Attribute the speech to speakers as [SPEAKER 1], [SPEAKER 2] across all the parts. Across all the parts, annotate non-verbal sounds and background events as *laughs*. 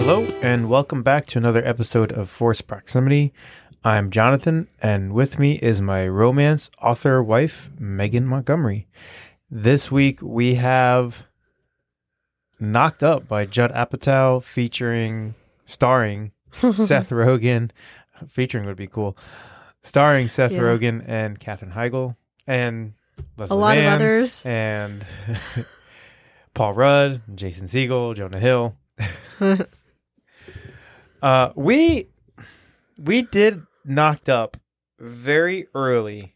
[SPEAKER 1] Hello, and welcome back to another episode of Force Proximity. I'm Jonathan, and with me is my romance author wife, Megan Montgomery. This week we have Knocked Up by Judd Apatow, featuring,
[SPEAKER 2] *laughs*
[SPEAKER 1] starring Seth Rogen. Featuring would be cool. Starring Seth
[SPEAKER 2] Yeah.
[SPEAKER 1] Rogen and Katherine Heigl, and Leslie
[SPEAKER 2] a lot
[SPEAKER 1] Mann
[SPEAKER 2] of others.
[SPEAKER 1] and *laughs* Paul Rudd, Jason Siegel, Jonah Hill. uh, we we did knocked up very early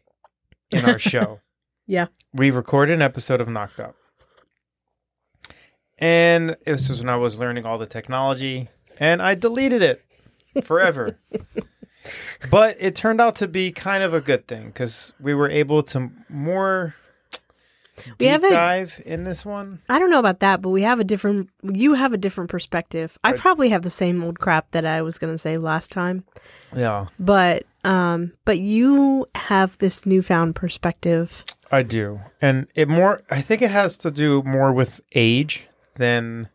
[SPEAKER 1] in our show.
[SPEAKER 2] Yeah.
[SPEAKER 1] we recorded an episode of Knocked Up, and this was when I was learning all the technology, and I deleted it
[SPEAKER 2] *laughs*
[SPEAKER 1] forever. but it turned out to be kind of a good thing because we were able to more deep
[SPEAKER 2] We have a-
[SPEAKER 1] dive in this one.
[SPEAKER 2] I don't know about that, but we have a different. You have a different perspective. I
[SPEAKER 1] Right.
[SPEAKER 2] probably have the same old crap that I was going to say last time,
[SPEAKER 1] Yeah,
[SPEAKER 2] but um, but you have this newfound perspective.
[SPEAKER 1] I do, and it more. I think it has to do more with age than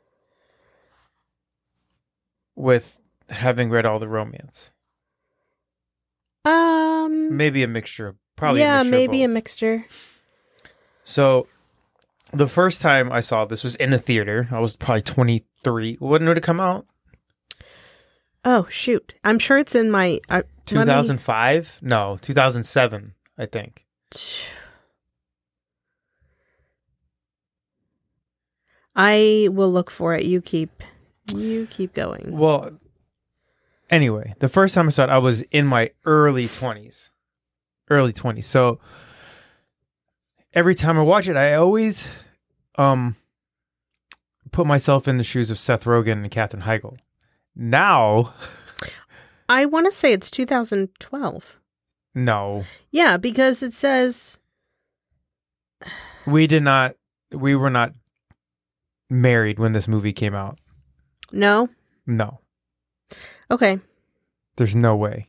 [SPEAKER 1] with having read all the romance.
[SPEAKER 2] Um,
[SPEAKER 1] Maybe a mixture, of probably.
[SPEAKER 2] yeah,
[SPEAKER 1] a mixture
[SPEAKER 2] maybe
[SPEAKER 1] of both.
[SPEAKER 2] a mixture.
[SPEAKER 1] So the first time I saw this was in a theater. I was probably 23. When did it come out?
[SPEAKER 2] Oh shoot! I'm sure it's in my. Uh,
[SPEAKER 1] 2005? No, 2007, I think.
[SPEAKER 2] I will look for it. You keep. You keep going.
[SPEAKER 1] Well, anyway, the first time I saw it, I was in my early 20s. Early 20s. So every time I watch it, I always um put myself in the shoes of Seth Rogen and Katherine Heigl. Now,
[SPEAKER 2] I want to say it's 2012.
[SPEAKER 1] no.
[SPEAKER 2] Yeah, because it says
[SPEAKER 1] We did not we were not married when this movie came out.
[SPEAKER 2] no.
[SPEAKER 1] No.
[SPEAKER 2] Okay.
[SPEAKER 1] There's no way.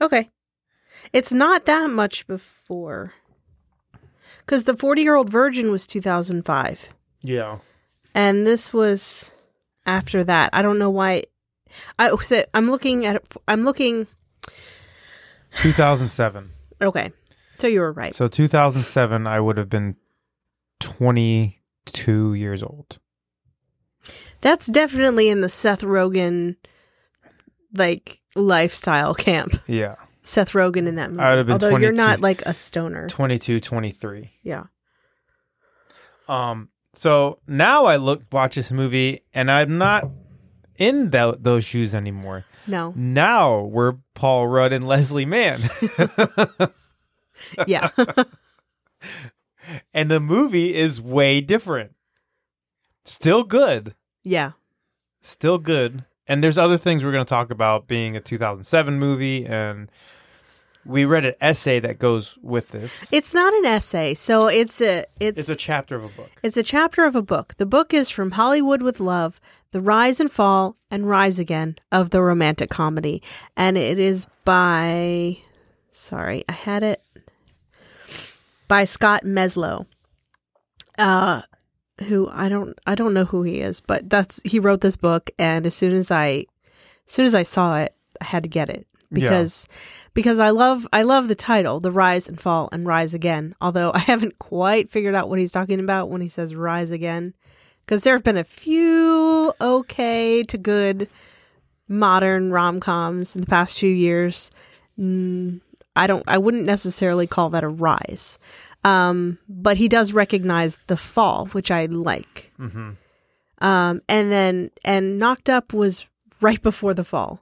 [SPEAKER 2] Okay. It's not that much before. Because the 40 year old virgin was 2005.
[SPEAKER 1] Yeah.
[SPEAKER 2] And this was after that. I don't know why. I so I'm looking at. I'm looking.
[SPEAKER 1] 2007.
[SPEAKER 2] Okay. So you were right.
[SPEAKER 1] So 2007, I would have been 22 years old.
[SPEAKER 2] That's definitely in the Seth Rogen, like, lifestyle camp.
[SPEAKER 1] Yeah.
[SPEAKER 2] Seth Rogen in that movie.
[SPEAKER 1] would've been
[SPEAKER 2] Although
[SPEAKER 1] 22.
[SPEAKER 2] you're not, like, a stoner.
[SPEAKER 1] 22, 23.
[SPEAKER 2] Yeah.
[SPEAKER 1] Um, so now I look, watch this movie, and I'm not in tho- those shoes anymore. *laughs*
[SPEAKER 2] No.
[SPEAKER 1] Now we're Paul Rudd and *laughs* Leslie Mann.
[SPEAKER 2] Yeah. *laughs*
[SPEAKER 1] and the movie is way different. Still good.
[SPEAKER 2] yeah.
[SPEAKER 1] still good. And there's other things we're going to talk about being a 2007 movie. And we read an essay that goes with this.
[SPEAKER 2] It's not an essay. So it's a.
[SPEAKER 1] It's a chapter of a book.
[SPEAKER 2] It's a chapter of a book. The book is From Hollywood with Love The Rise and Fall and Rise Again of the Romantic Comedy. And it is by, sorry, I had it, by Scott Meslow. Uh, who I don't I don't know who he is, but that's he wrote this book and as soon as I as soon as I saw it, I had to get it
[SPEAKER 1] Yeah.
[SPEAKER 2] because because I love I love the title, The Rise and Fall and Rise Again. Although I *laughs* haven't quite figured out what he's talking about when he says rise again cuz there have been a few okay to good modern rom-coms in the past few years. Mm, I don't I wouldn't necessarily call that a rise. Um, but he does recognize the fall, which I like.
[SPEAKER 1] hmm
[SPEAKER 2] Um, and then and knocked up was right before the fall,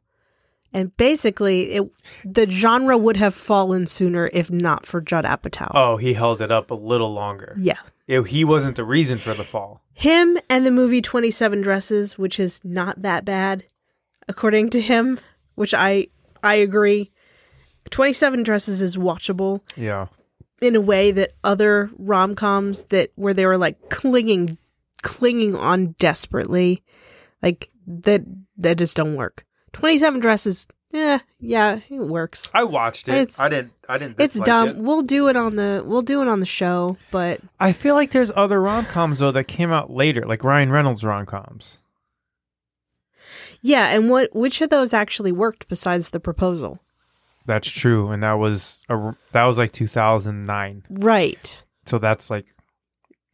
[SPEAKER 2] and basically it the genre would have fallen sooner if not for Judd Apatow.
[SPEAKER 1] Oh, he held it up a little longer.
[SPEAKER 2] Yeah,
[SPEAKER 1] It- he wasn't the reason for the fall.
[SPEAKER 2] him and the movie Twenty Seven Dresses, which is not that bad, according to him, which I I agree. Twenty Seven Dresses is watchable.
[SPEAKER 1] Yeah.
[SPEAKER 2] in a way that other rom coms that where they were like clinging, clinging on desperately, like that that just don't work. Twenty seven dresses, yeah, yeah, it works.
[SPEAKER 1] I watched it.
[SPEAKER 2] It's-
[SPEAKER 1] I didn't. I didn't.
[SPEAKER 2] It's
[SPEAKER 1] dislike
[SPEAKER 2] dumb.
[SPEAKER 1] it.
[SPEAKER 2] We'll do it on the we'll do it on the show, but
[SPEAKER 1] I feel like there's other rom coms though that came out later, like Ryan Reynolds rom coms.
[SPEAKER 2] Yeah, and what which of those actually worked besides the proposal?
[SPEAKER 1] That's true, and that was a, that was like 2009.
[SPEAKER 2] Right.
[SPEAKER 1] So that's like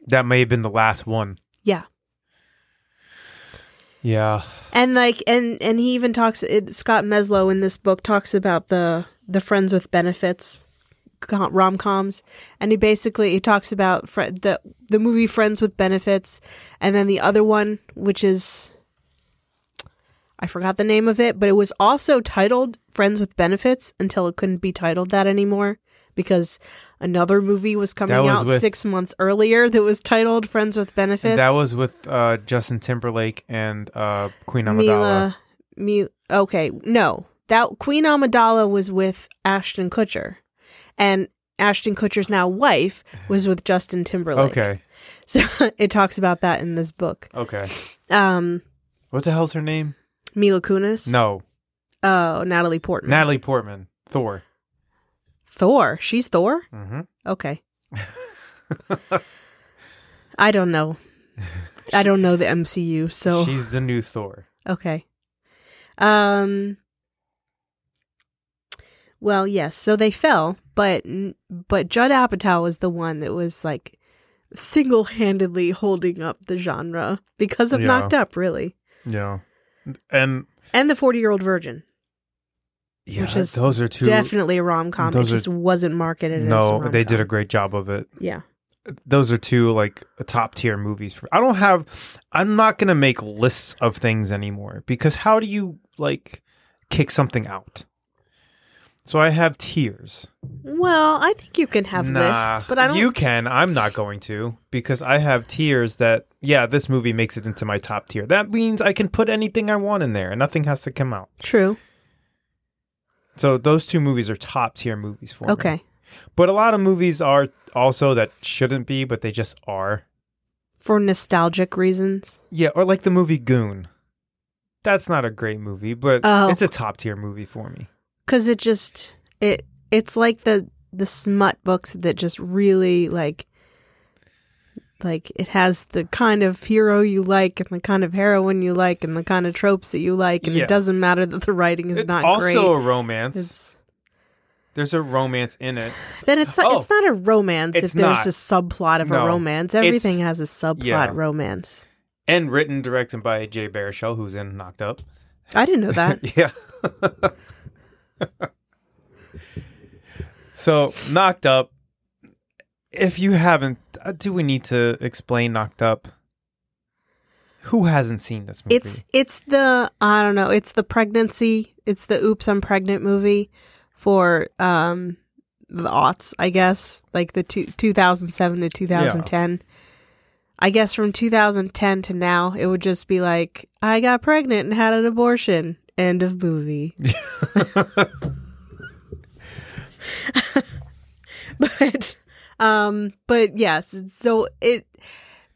[SPEAKER 1] that may have been the last one.
[SPEAKER 2] Yeah.
[SPEAKER 1] Yeah.
[SPEAKER 2] And like and and he even talks it, Scott Meslow in this book talks about the the friends with benefits rom coms, and he basically he talks about fr- the the movie Friends with Benefits, and then the other one, which is I forgot the name of it, but it was also titled Friends with Benefits until it couldn't be titled that anymore because another movie was coming
[SPEAKER 1] That was
[SPEAKER 2] out
[SPEAKER 1] with-
[SPEAKER 2] six months earlier that was titled Friends with Benefits.
[SPEAKER 1] And that was with uh, Justin Timberlake and uh, Queen Amidala.
[SPEAKER 2] Mila. Me. Okay, no, that Queen Amidala was with Ashton Kutcher, and Ashton Kutcher's now wife was with Justin Timberlake.
[SPEAKER 1] Okay.
[SPEAKER 2] *laughs* so it talks about that in this book.
[SPEAKER 1] Okay.
[SPEAKER 2] Um,
[SPEAKER 1] What the hell's her name?
[SPEAKER 2] Mila Kunis.
[SPEAKER 1] No.
[SPEAKER 2] Oh, Natalie Portman.
[SPEAKER 1] Natalie Portman. Thor.
[SPEAKER 2] Thor. She's Thor.
[SPEAKER 1] Mm-hmm. *laughs*
[SPEAKER 2] Okay. I don't know. I don't know the MCU, so
[SPEAKER 1] She's the new Thor.
[SPEAKER 2] Okay. Um Well, yes. So they fell, but but Judd Apatow was the one that was like single-handedly holding up the genre because of
[SPEAKER 1] Yeah.
[SPEAKER 2] Knocked Up, really.
[SPEAKER 1] Yeah. And
[SPEAKER 2] And The 40-Year-Old Virgin.
[SPEAKER 1] yeah,
[SPEAKER 2] Which is
[SPEAKER 1] those are two.
[SPEAKER 2] Definitely a rom-com. It
[SPEAKER 1] those are-
[SPEAKER 2] just wasn't marketed as a
[SPEAKER 1] no, they did a
[SPEAKER 2] rom-com.
[SPEAKER 1] great job of it.
[SPEAKER 2] Yeah.
[SPEAKER 1] Those are two like top tier movies. For, I don't have. I'm not gonna make lists of things anymore because how do you like kick something out? So I have tiers.
[SPEAKER 2] Well, I think you can have lists, but I don't
[SPEAKER 1] You can. I'm not going to because I have tiers that yeah, this movie makes it into my top tier. That means I can put anything I want in there and nothing has to come out.
[SPEAKER 2] True.
[SPEAKER 1] So those two movies are top tier movies for me.
[SPEAKER 2] Okay.
[SPEAKER 1] But a lot of movies are also that shouldn't be, but they just are.
[SPEAKER 2] For nostalgic reasons.
[SPEAKER 1] Yeah, or like the movie Goon. That's not a great movie, but
[SPEAKER 2] Oh.
[SPEAKER 1] it's a top tier movie for me.
[SPEAKER 2] because it just it it's like the the smut books that just really like like it has the kind of hero you like and the kind of heroine you like and the kind of tropes that you like and
[SPEAKER 1] Yeah.
[SPEAKER 2] it doesn't matter that the writing is
[SPEAKER 1] It's
[SPEAKER 2] not
[SPEAKER 1] also
[SPEAKER 2] great
[SPEAKER 1] a romance.
[SPEAKER 2] it's
[SPEAKER 1] There's a romance in it.
[SPEAKER 2] then it's
[SPEAKER 1] Oh.
[SPEAKER 2] it's not a romance
[SPEAKER 1] It's
[SPEAKER 2] if there's
[SPEAKER 1] not.
[SPEAKER 2] a subplot of
[SPEAKER 1] No.
[SPEAKER 2] a romance
[SPEAKER 1] It's-
[SPEAKER 2] everything has a subplot
[SPEAKER 1] yeah.
[SPEAKER 2] romance
[SPEAKER 1] And written, directed by Jay Baruchel, who's in Knocked Up.
[SPEAKER 2] I didn't know
[SPEAKER 1] *laughs*
[SPEAKER 2] that
[SPEAKER 1] Yeah. so, Knocked Up. If you haven't, uh, do we need to explain Knocked Up? Who hasn't seen this movie?
[SPEAKER 2] It's it's the I don't know. It's the pregnancy. It's the oops I'm pregnant movie for um the aughts, I guess, like the two, 2007 to 2010. I guess from 2010 to now, it would just be like I got pregnant and had an abortion. End of movie. *laughs* but um but yes, so it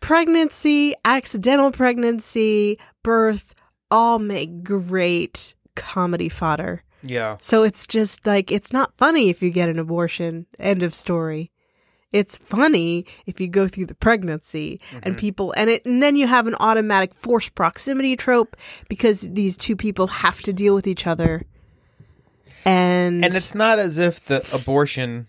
[SPEAKER 2] pregnancy, accidental pregnancy, birth all make great comedy fodder.
[SPEAKER 1] yeah.
[SPEAKER 2] So it's just like it's not funny if you get an abortion. End of story. It's funny if you go through the pregnancy and people and it and then you have an automatic forced proximity trope because these two people have to deal with each other. And,
[SPEAKER 1] And it's not as if the abortion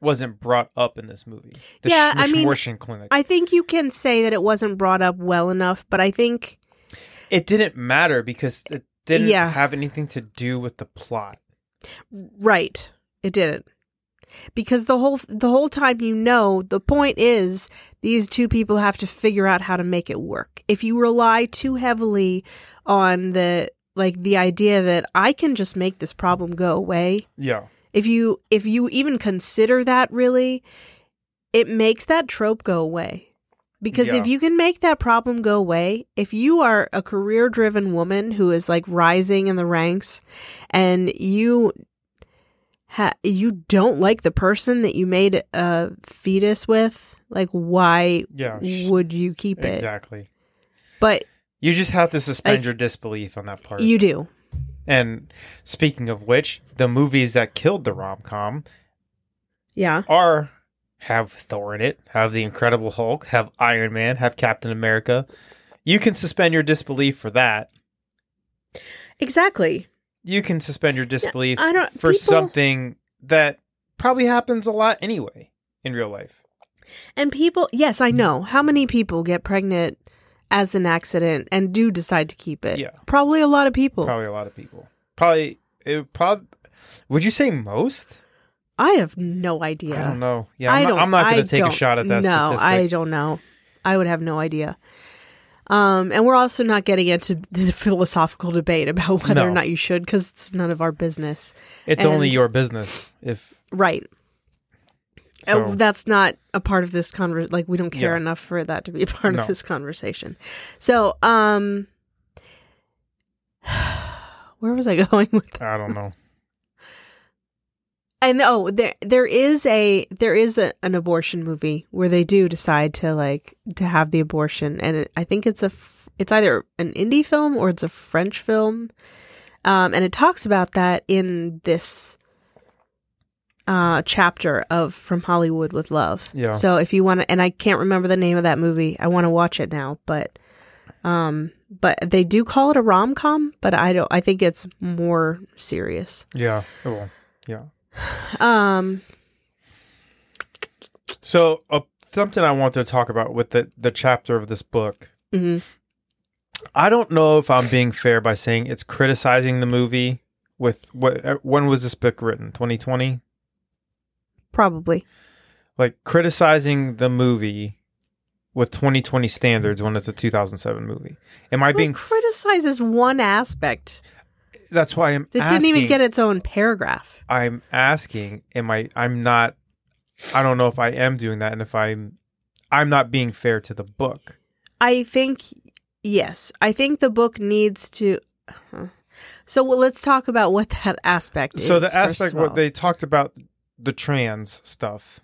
[SPEAKER 1] wasn't brought up in this movie. The
[SPEAKER 2] Yeah, I mean,
[SPEAKER 1] abortion clinic.
[SPEAKER 2] I think you can say that it wasn't brought up well enough, but I think
[SPEAKER 1] it didn't matter because it didn't
[SPEAKER 2] Yeah.
[SPEAKER 1] have anything to do with the plot.
[SPEAKER 2] Right. It didn't. Because the whole the whole time you know the point is these two people have to figure out how to make it work. If you rely too heavily on the like the idea that I can just make this problem go away,
[SPEAKER 1] Yeah.
[SPEAKER 2] if you if you even consider that really, it makes that trope go away. Because if
[SPEAKER 1] Yeah.
[SPEAKER 2] you can make that problem go away, if you are a career driven woman who is like rising in the ranks and you ha- you don't like the person that you made a fetus with, like why
[SPEAKER 1] Yeah.
[SPEAKER 2] would you keep it?
[SPEAKER 1] Exactly.
[SPEAKER 2] But
[SPEAKER 1] You just have to suspend
[SPEAKER 2] Like,
[SPEAKER 1] your disbelief on that part.
[SPEAKER 2] you do.
[SPEAKER 1] and speaking of which, the movies that killed the rom com
[SPEAKER 2] Yeah.
[SPEAKER 1] are have Thor in it, have the Incredible Hulk, have Iron Man, have Captain America. You can suspend your disbelief for that
[SPEAKER 2] Exactly.
[SPEAKER 1] You can suspend your disbelief
[SPEAKER 2] I don't.
[SPEAKER 1] for
[SPEAKER 2] people,
[SPEAKER 1] something that probably happens a lot anyway in real life.
[SPEAKER 2] And people, yes, I know. How many people get pregnant as an accident and do decide to keep it?
[SPEAKER 1] Yeah.
[SPEAKER 2] Probably a lot of people.
[SPEAKER 1] Probably a lot of people. Probably it prob would you say most?
[SPEAKER 2] I have no
[SPEAKER 1] I don't
[SPEAKER 2] idea.
[SPEAKER 1] know. Yeah,
[SPEAKER 2] I
[SPEAKER 1] I'm
[SPEAKER 2] don't.
[SPEAKER 1] not, I'm not
[SPEAKER 2] I
[SPEAKER 1] going to take a
[SPEAKER 2] don't
[SPEAKER 1] shot at that
[SPEAKER 2] No,
[SPEAKER 1] statistic.
[SPEAKER 2] I don't know. I would have no idea. Um, and we're also not getting into this *laughs* philosophical debate about whether or
[SPEAKER 1] No.
[SPEAKER 2] not you should, because it's none of our business.
[SPEAKER 1] it's only
[SPEAKER 2] and-
[SPEAKER 1] your business if
[SPEAKER 2] Right.
[SPEAKER 1] so.
[SPEAKER 2] Uh, that's not a part of this conversation. Like we don't care
[SPEAKER 1] Yeah.
[SPEAKER 2] enough for that to be a *laughs* part
[SPEAKER 1] No.
[SPEAKER 2] of this conversation. So, um, *sighs* where was I *laughs* going with that?
[SPEAKER 1] I don't know.
[SPEAKER 2] And oh, there there is a there is a, an abortion movie where they do decide to like to have the abortion, and it, I think it's a f- it's either an indie film or it's a French film, um, and it talks about that in this uh chapter of From Hollywood with Love.
[SPEAKER 1] Yeah.
[SPEAKER 2] So if you want to, and I can't remember the name of that movie, I want to watch it now, but um, but they do call it a rom com, but I don't. I think it's more serious.
[SPEAKER 1] Yeah. Well, yeah.
[SPEAKER 2] Um.
[SPEAKER 1] So uh, something I want to talk about with the the chapter of this book.
[SPEAKER 2] mhm.
[SPEAKER 1] I don't know if I'm being fair by saying it's criticizing the movie with what uh, when was this book written? 2020.
[SPEAKER 2] Probably.
[SPEAKER 1] Like criticizing the movie with 2020 standards when it's a 2007 movie. Am I
[SPEAKER 2] Well,
[SPEAKER 1] being
[SPEAKER 2] criticizes one aspect
[SPEAKER 1] That's why I'm
[SPEAKER 2] that
[SPEAKER 1] asking,
[SPEAKER 2] didn't even get its own paragraph.
[SPEAKER 1] I'm asking am I I'm not I don't know if I am doing that and if I'm I'm not being fair to the book.
[SPEAKER 2] I think yes. I think the book needs to. Huh. So well, let's talk about what that aspect is.
[SPEAKER 1] so the
[SPEAKER 2] first
[SPEAKER 1] aspect
[SPEAKER 2] of all.
[SPEAKER 1] what they talked about the trans stuff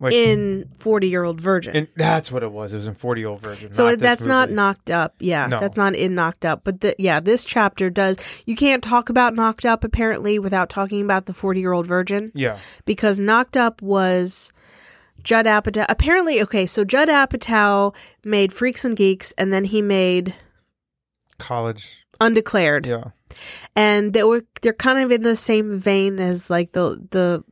[SPEAKER 1] like
[SPEAKER 2] in Forty Year Old Virgin.
[SPEAKER 1] and that's what it was it was in 40 year old version
[SPEAKER 2] so
[SPEAKER 1] not this
[SPEAKER 2] that's not
[SPEAKER 1] movie.
[SPEAKER 2] knocked up. Yeah,
[SPEAKER 1] No.
[SPEAKER 2] that's not in knocked up. But the, yeah, this chapter does. You can't talk about knocked up apparently without talking about the Forty Year Old Virgin.
[SPEAKER 1] yeah
[SPEAKER 2] because Knocked Up was Judd Apatow. Apparently, okay, so Judd Apatow made Freaks and Geeks, and then he made
[SPEAKER 1] college
[SPEAKER 2] Undeclared,
[SPEAKER 1] yeah
[SPEAKER 2] and they were they're kind of in the same vein as like the the.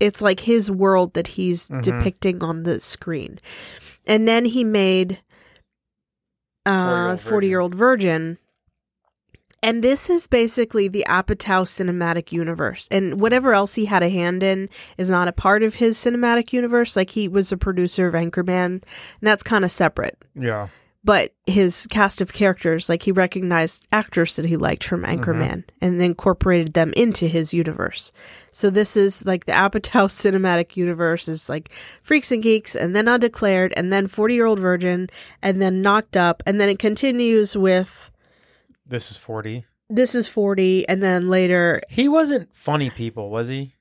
[SPEAKER 2] It's like his world that he's
[SPEAKER 1] Mhm.
[SPEAKER 2] depicting on the screen, and then he made uh
[SPEAKER 1] 40-Year-Old
[SPEAKER 2] Forty Year Old Virgin. And this is basically the Apatow cinematic universe. And whatever else he had a hand in is not a part of his cinematic universe. Like he was a producer of Anchorman, and that's kind of separate.
[SPEAKER 1] yeah
[SPEAKER 2] But his cast of characters, like he recognized actors that he liked from Anchorman and incorporated them into his universe. So this is like the *laughs* Apatow cinematic universe is like Freaks and Geeks and then Undeclared and then 40 Year Old Virgin and then Knocked Up. And then it continues with
[SPEAKER 1] this is 40
[SPEAKER 2] this is 40 and then later
[SPEAKER 1] he wasn't funny people was he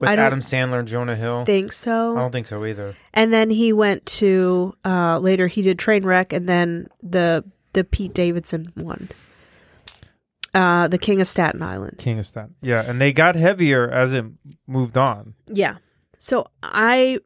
[SPEAKER 1] with
[SPEAKER 2] I don't
[SPEAKER 1] adam sandler and jonah hill
[SPEAKER 2] think so
[SPEAKER 1] i don't think so either
[SPEAKER 2] and then he went to uh later he did Trainwreck and then the the Pete Davidson one. Uh The King of Staten Island.
[SPEAKER 1] king of staten yeah and they got heavier as it moved on
[SPEAKER 2] Yeah. So I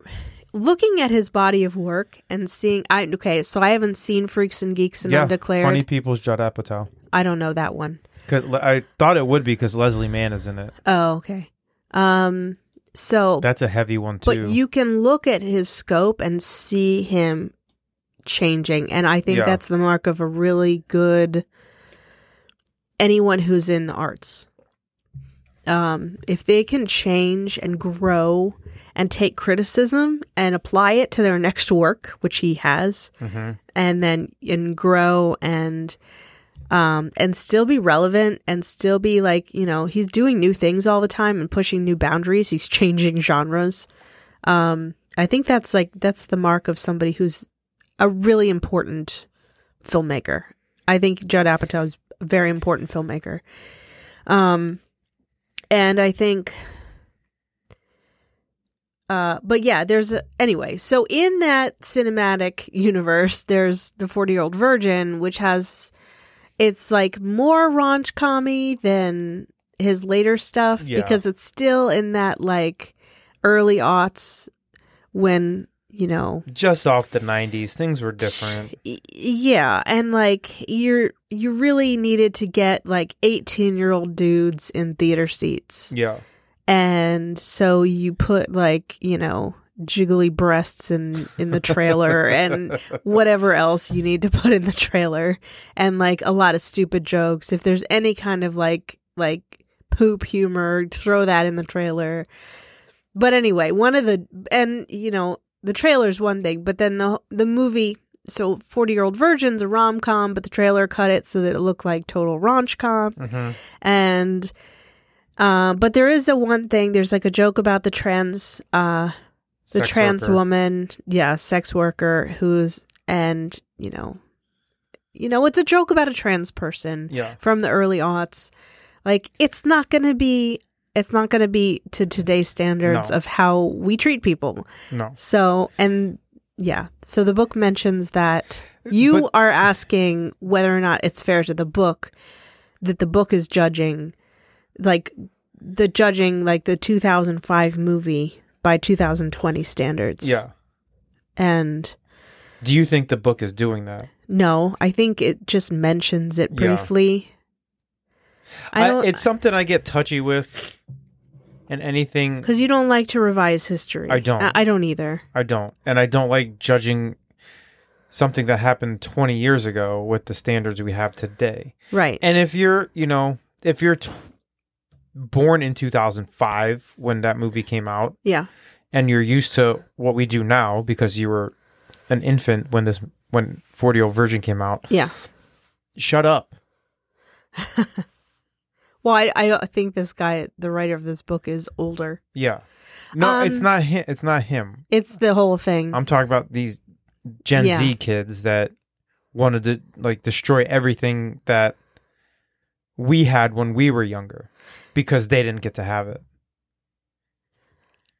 [SPEAKER 2] looking at his body of work and seeing I okay, so I haven't seen Freaks and Geeks and
[SPEAKER 1] yeah
[SPEAKER 2] Undeclared.
[SPEAKER 1] funny people's judd apatow
[SPEAKER 2] I don't know that one.
[SPEAKER 1] Cause le- I thought it would be because Leslie Mann is in it.
[SPEAKER 2] Oh, okay. Um so
[SPEAKER 1] That's a heavy one too.
[SPEAKER 2] but you can look at his scope and see him changing and i think
[SPEAKER 1] Yeah.
[SPEAKER 2] that's the mark of a really good anyone who's in the arts um, if they can change and grow and take criticism and apply it to their next work which he has
[SPEAKER 1] hmm
[SPEAKER 2] and then and grow and um and still be relevant and still be like you know he's doing new things all the time and pushing new boundaries he's changing genres um i think that's like that's the mark of somebody who's a really important filmmaker i think judd apatow is a very important filmmaker um and i think uh, but yeah, there's a, anyway. So in that cinematic universe, there's the Forty Year Old Virgin, which has it's like more raunch comedy than his later stuff
[SPEAKER 1] Yeah.
[SPEAKER 2] because it's still in that like early aughts when you know
[SPEAKER 1] Just off the 90s, things were different.
[SPEAKER 2] y- yeah and like you're you really needed to get like 18 year old dudes in theater seats
[SPEAKER 1] Yeah.
[SPEAKER 2] and so you put like you know jiggly breasts in in the trailer
[SPEAKER 1] *laughs*
[SPEAKER 2] and whatever else you need to put in the trailer and like a lot of stupid jokes if there's any kind of like like poop humor throw that in the trailer but anyway one of the and you know the trailer's one thing but then the the movie so 40 year old virgin's a rom-com but the trailer cut it so that it looked like total raunch com
[SPEAKER 1] hmm
[SPEAKER 2] and uh, but there is a one thing there's like a joke about the trans uh the trans woman yeah sex worker who's and you know you know it's a joke about a trans person
[SPEAKER 1] Yeah.
[SPEAKER 2] from the early aughts like it's not gonna be it's not gonna be to today's standards
[SPEAKER 1] No.
[SPEAKER 2] of how we treat people
[SPEAKER 1] No.
[SPEAKER 2] so and yeah so the book mentions that you
[SPEAKER 1] Uh, But-
[SPEAKER 2] are asking whether or not it's fair to the book that the book is judging, like the judging like the 2005 movie by 2020 standards.
[SPEAKER 1] Yeah.
[SPEAKER 2] And
[SPEAKER 1] Do you think the book is doing that?
[SPEAKER 2] no, I think it just mentions it
[SPEAKER 1] Yeah.
[SPEAKER 2] briefly. I
[SPEAKER 1] I
[SPEAKER 2] don't
[SPEAKER 1] it's something I get touchy with, and anything
[SPEAKER 2] because you don't like to revise history.
[SPEAKER 1] I don't.
[SPEAKER 2] I, I don't either.
[SPEAKER 1] I don't, and I don't like judging something that happened 20 years ago with the standards we have today.
[SPEAKER 2] Right.
[SPEAKER 1] And if you're, you know, if you're t- born in 2005 when that movie came out,
[SPEAKER 2] yeah.
[SPEAKER 1] and you're used to what we do now because you were an infant when this when 40 year old virgin came out,
[SPEAKER 2] Yeah.
[SPEAKER 1] shut up.
[SPEAKER 2] Well, I, I don't think this guy, the writer of this book, is older.
[SPEAKER 1] Yeah. No,
[SPEAKER 2] Um,
[SPEAKER 1] it's not him. It's not him.
[SPEAKER 2] It's the whole thing.
[SPEAKER 1] I'm talking about these Gen
[SPEAKER 2] Yeah.
[SPEAKER 1] Z kids that wanted to like destroy everything that we had when we were younger because they didn't get to have it.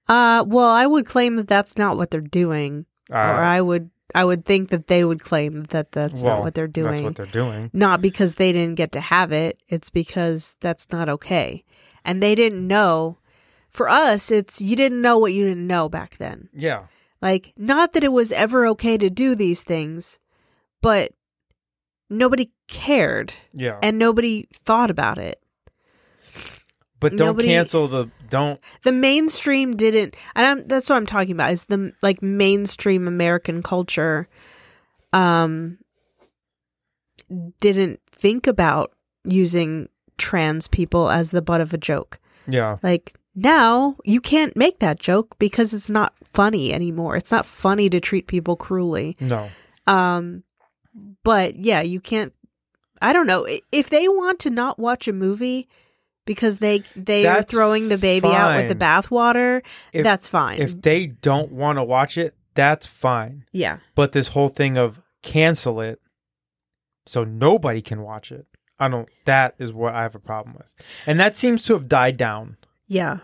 [SPEAKER 2] Uh, well, I would claim that that's not what they're doing,
[SPEAKER 1] Uh,
[SPEAKER 2] or I would I would think that they would claim that that's
[SPEAKER 1] well,
[SPEAKER 2] not what they're doing.
[SPEAKER 1] That's what they're doing.
[SPEAKER 2] not because they didn't get to have it; it's because that's not okay, and they didn't know. For us, it's you didn't know what you didn't know back then.
[SPEAKER 1] Yeah.
[SPEAKER 2] Like, not that it was ever okay to do these things, but nobody cared
[SPEAKER 1] Yeah.
[SPEAKER 2] and nobody thought about it.
[SPEAKER 1] but don't
[SPEAKER 2] nobody-
[SPEAKER 1] cancel the don't
[SPEAKER 2] the mainstream didn't and I'm, that's what i'm talking about is the like mainstream american culture um didn't think about using trans people as the butt of a joke
[SPEAKER 1] yeah.
[SPEAKER 2] like now you can't make that joke because it's not funny anymore it's not funny to treat people cruelly
[SPEAKER 1] No.
[SPEAKER 2] um but yeah you can't i don't know I- if they want to not watch a movie because they they are
[SPEAKER 1] That's
[SPEAKER 2] throwing the baby out with the
[SPEAKER 1] fine.
[SPEAKER 2] bathwater
[SPEAKER 1] If-
[SPEAKER 2] that's fine
[SPEAKER 1] If they don't want to watch it, that's fine.
[SPEAKER 2] yeah
[SPEAKER 1] But this whole thing of cancel it so nobody can watch it. I don't that is what I have a problem with. And that seems to have died down.
[SPEAKER 2] yeah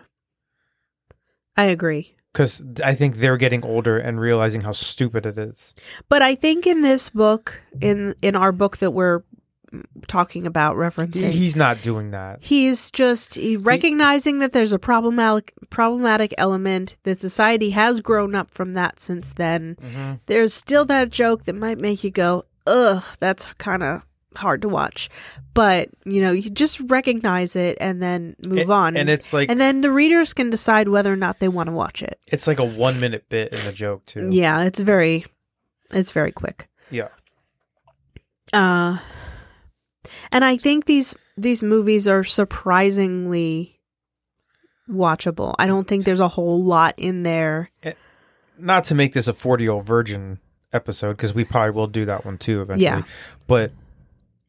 [SPEAKER 2] i agree
[SPEAKER 1] because I think they're getting older and realizing how stupid it is.
[SPEAKER 2] but i think in this book in in our book that we're mm, talking about referencing
[SPEAKER 1] He's not doing that.
[SPEAKER 2] He's just he, recognizing that there's a problematic problematic element that society has grown up from that since then. There's still that joke that might make you go, "Ugh, that's kind of hard to watch," but you know, you just recognize it and then move
[SPEAKER 1] It-
[SPEAKER 2] on.
[SPEAKER 1] and it's like
[SPEAKER 2] and then the readers can decide whether or not they want to watch it.
[SPEAKER 1] it's like a one minute bit in the joke too.
[SPEAKER 2] Yeah, it's very, it's very quick.
[SPEAKER 1] Yeah.
[SPEAKER 2] Uh, and I think these these movies are surprisingly watchable. I don't think there's a whole lot in there.
[SPEAKER 1] Not to make this a forty year old virgin episode because we probably will do that one too eventually.
[SPEAKER 2] Yeah.
[SPEAKER 1] But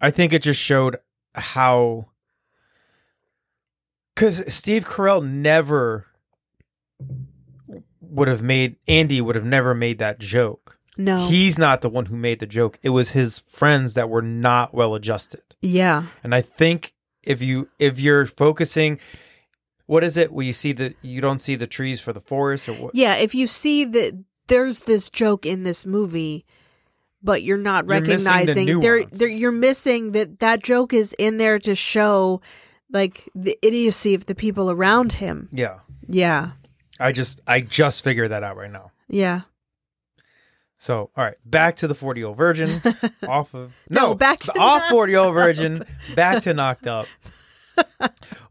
[SPEAKER 1] I think it just showed how because Steve Carell never would have made Andy would have never made that joke.
[SPEAKER 2] No.
[SPEAKER 1] He's not the one who made the joke. It was his friends that were not well adjusted.
[SPEAKER 2] yeah.
[SPEAKER 1] And I think if you if you're focusing, what is it? Where you see the you don't see the trees for the forest, or what?
[SPEAKER 2] Yeah, if you see that there's this joke in this movie but you're not
[SPEAKER 1] You're missing the
[SPEAKER 2] recognizing there,
[SPEAKER 1] nuance.
[SPEAKER 2] there you're missing that that joke is in there to show like the idiocy of the people around him.
[SPEAKER 1] Yeah,
[SPEAKER 2] Yeah.
[SPEAKER 1] I just I just figured that out right now.
[SPEAKER 2] Yeah.
[SPEAKER 1] So, all right, back to the 40 year old
[SPEAKER 2] *laughs*
[SPEAKER 1] virgin off of no,
[SPEAKER 2] back to
[SPEAKER 1] off
[SPEAKER 2] Knocked
[SPEAKER 1] 40 year old virgin back to knocked
[SPEAKER 2] *laughs*
[SPEAKER 1] up.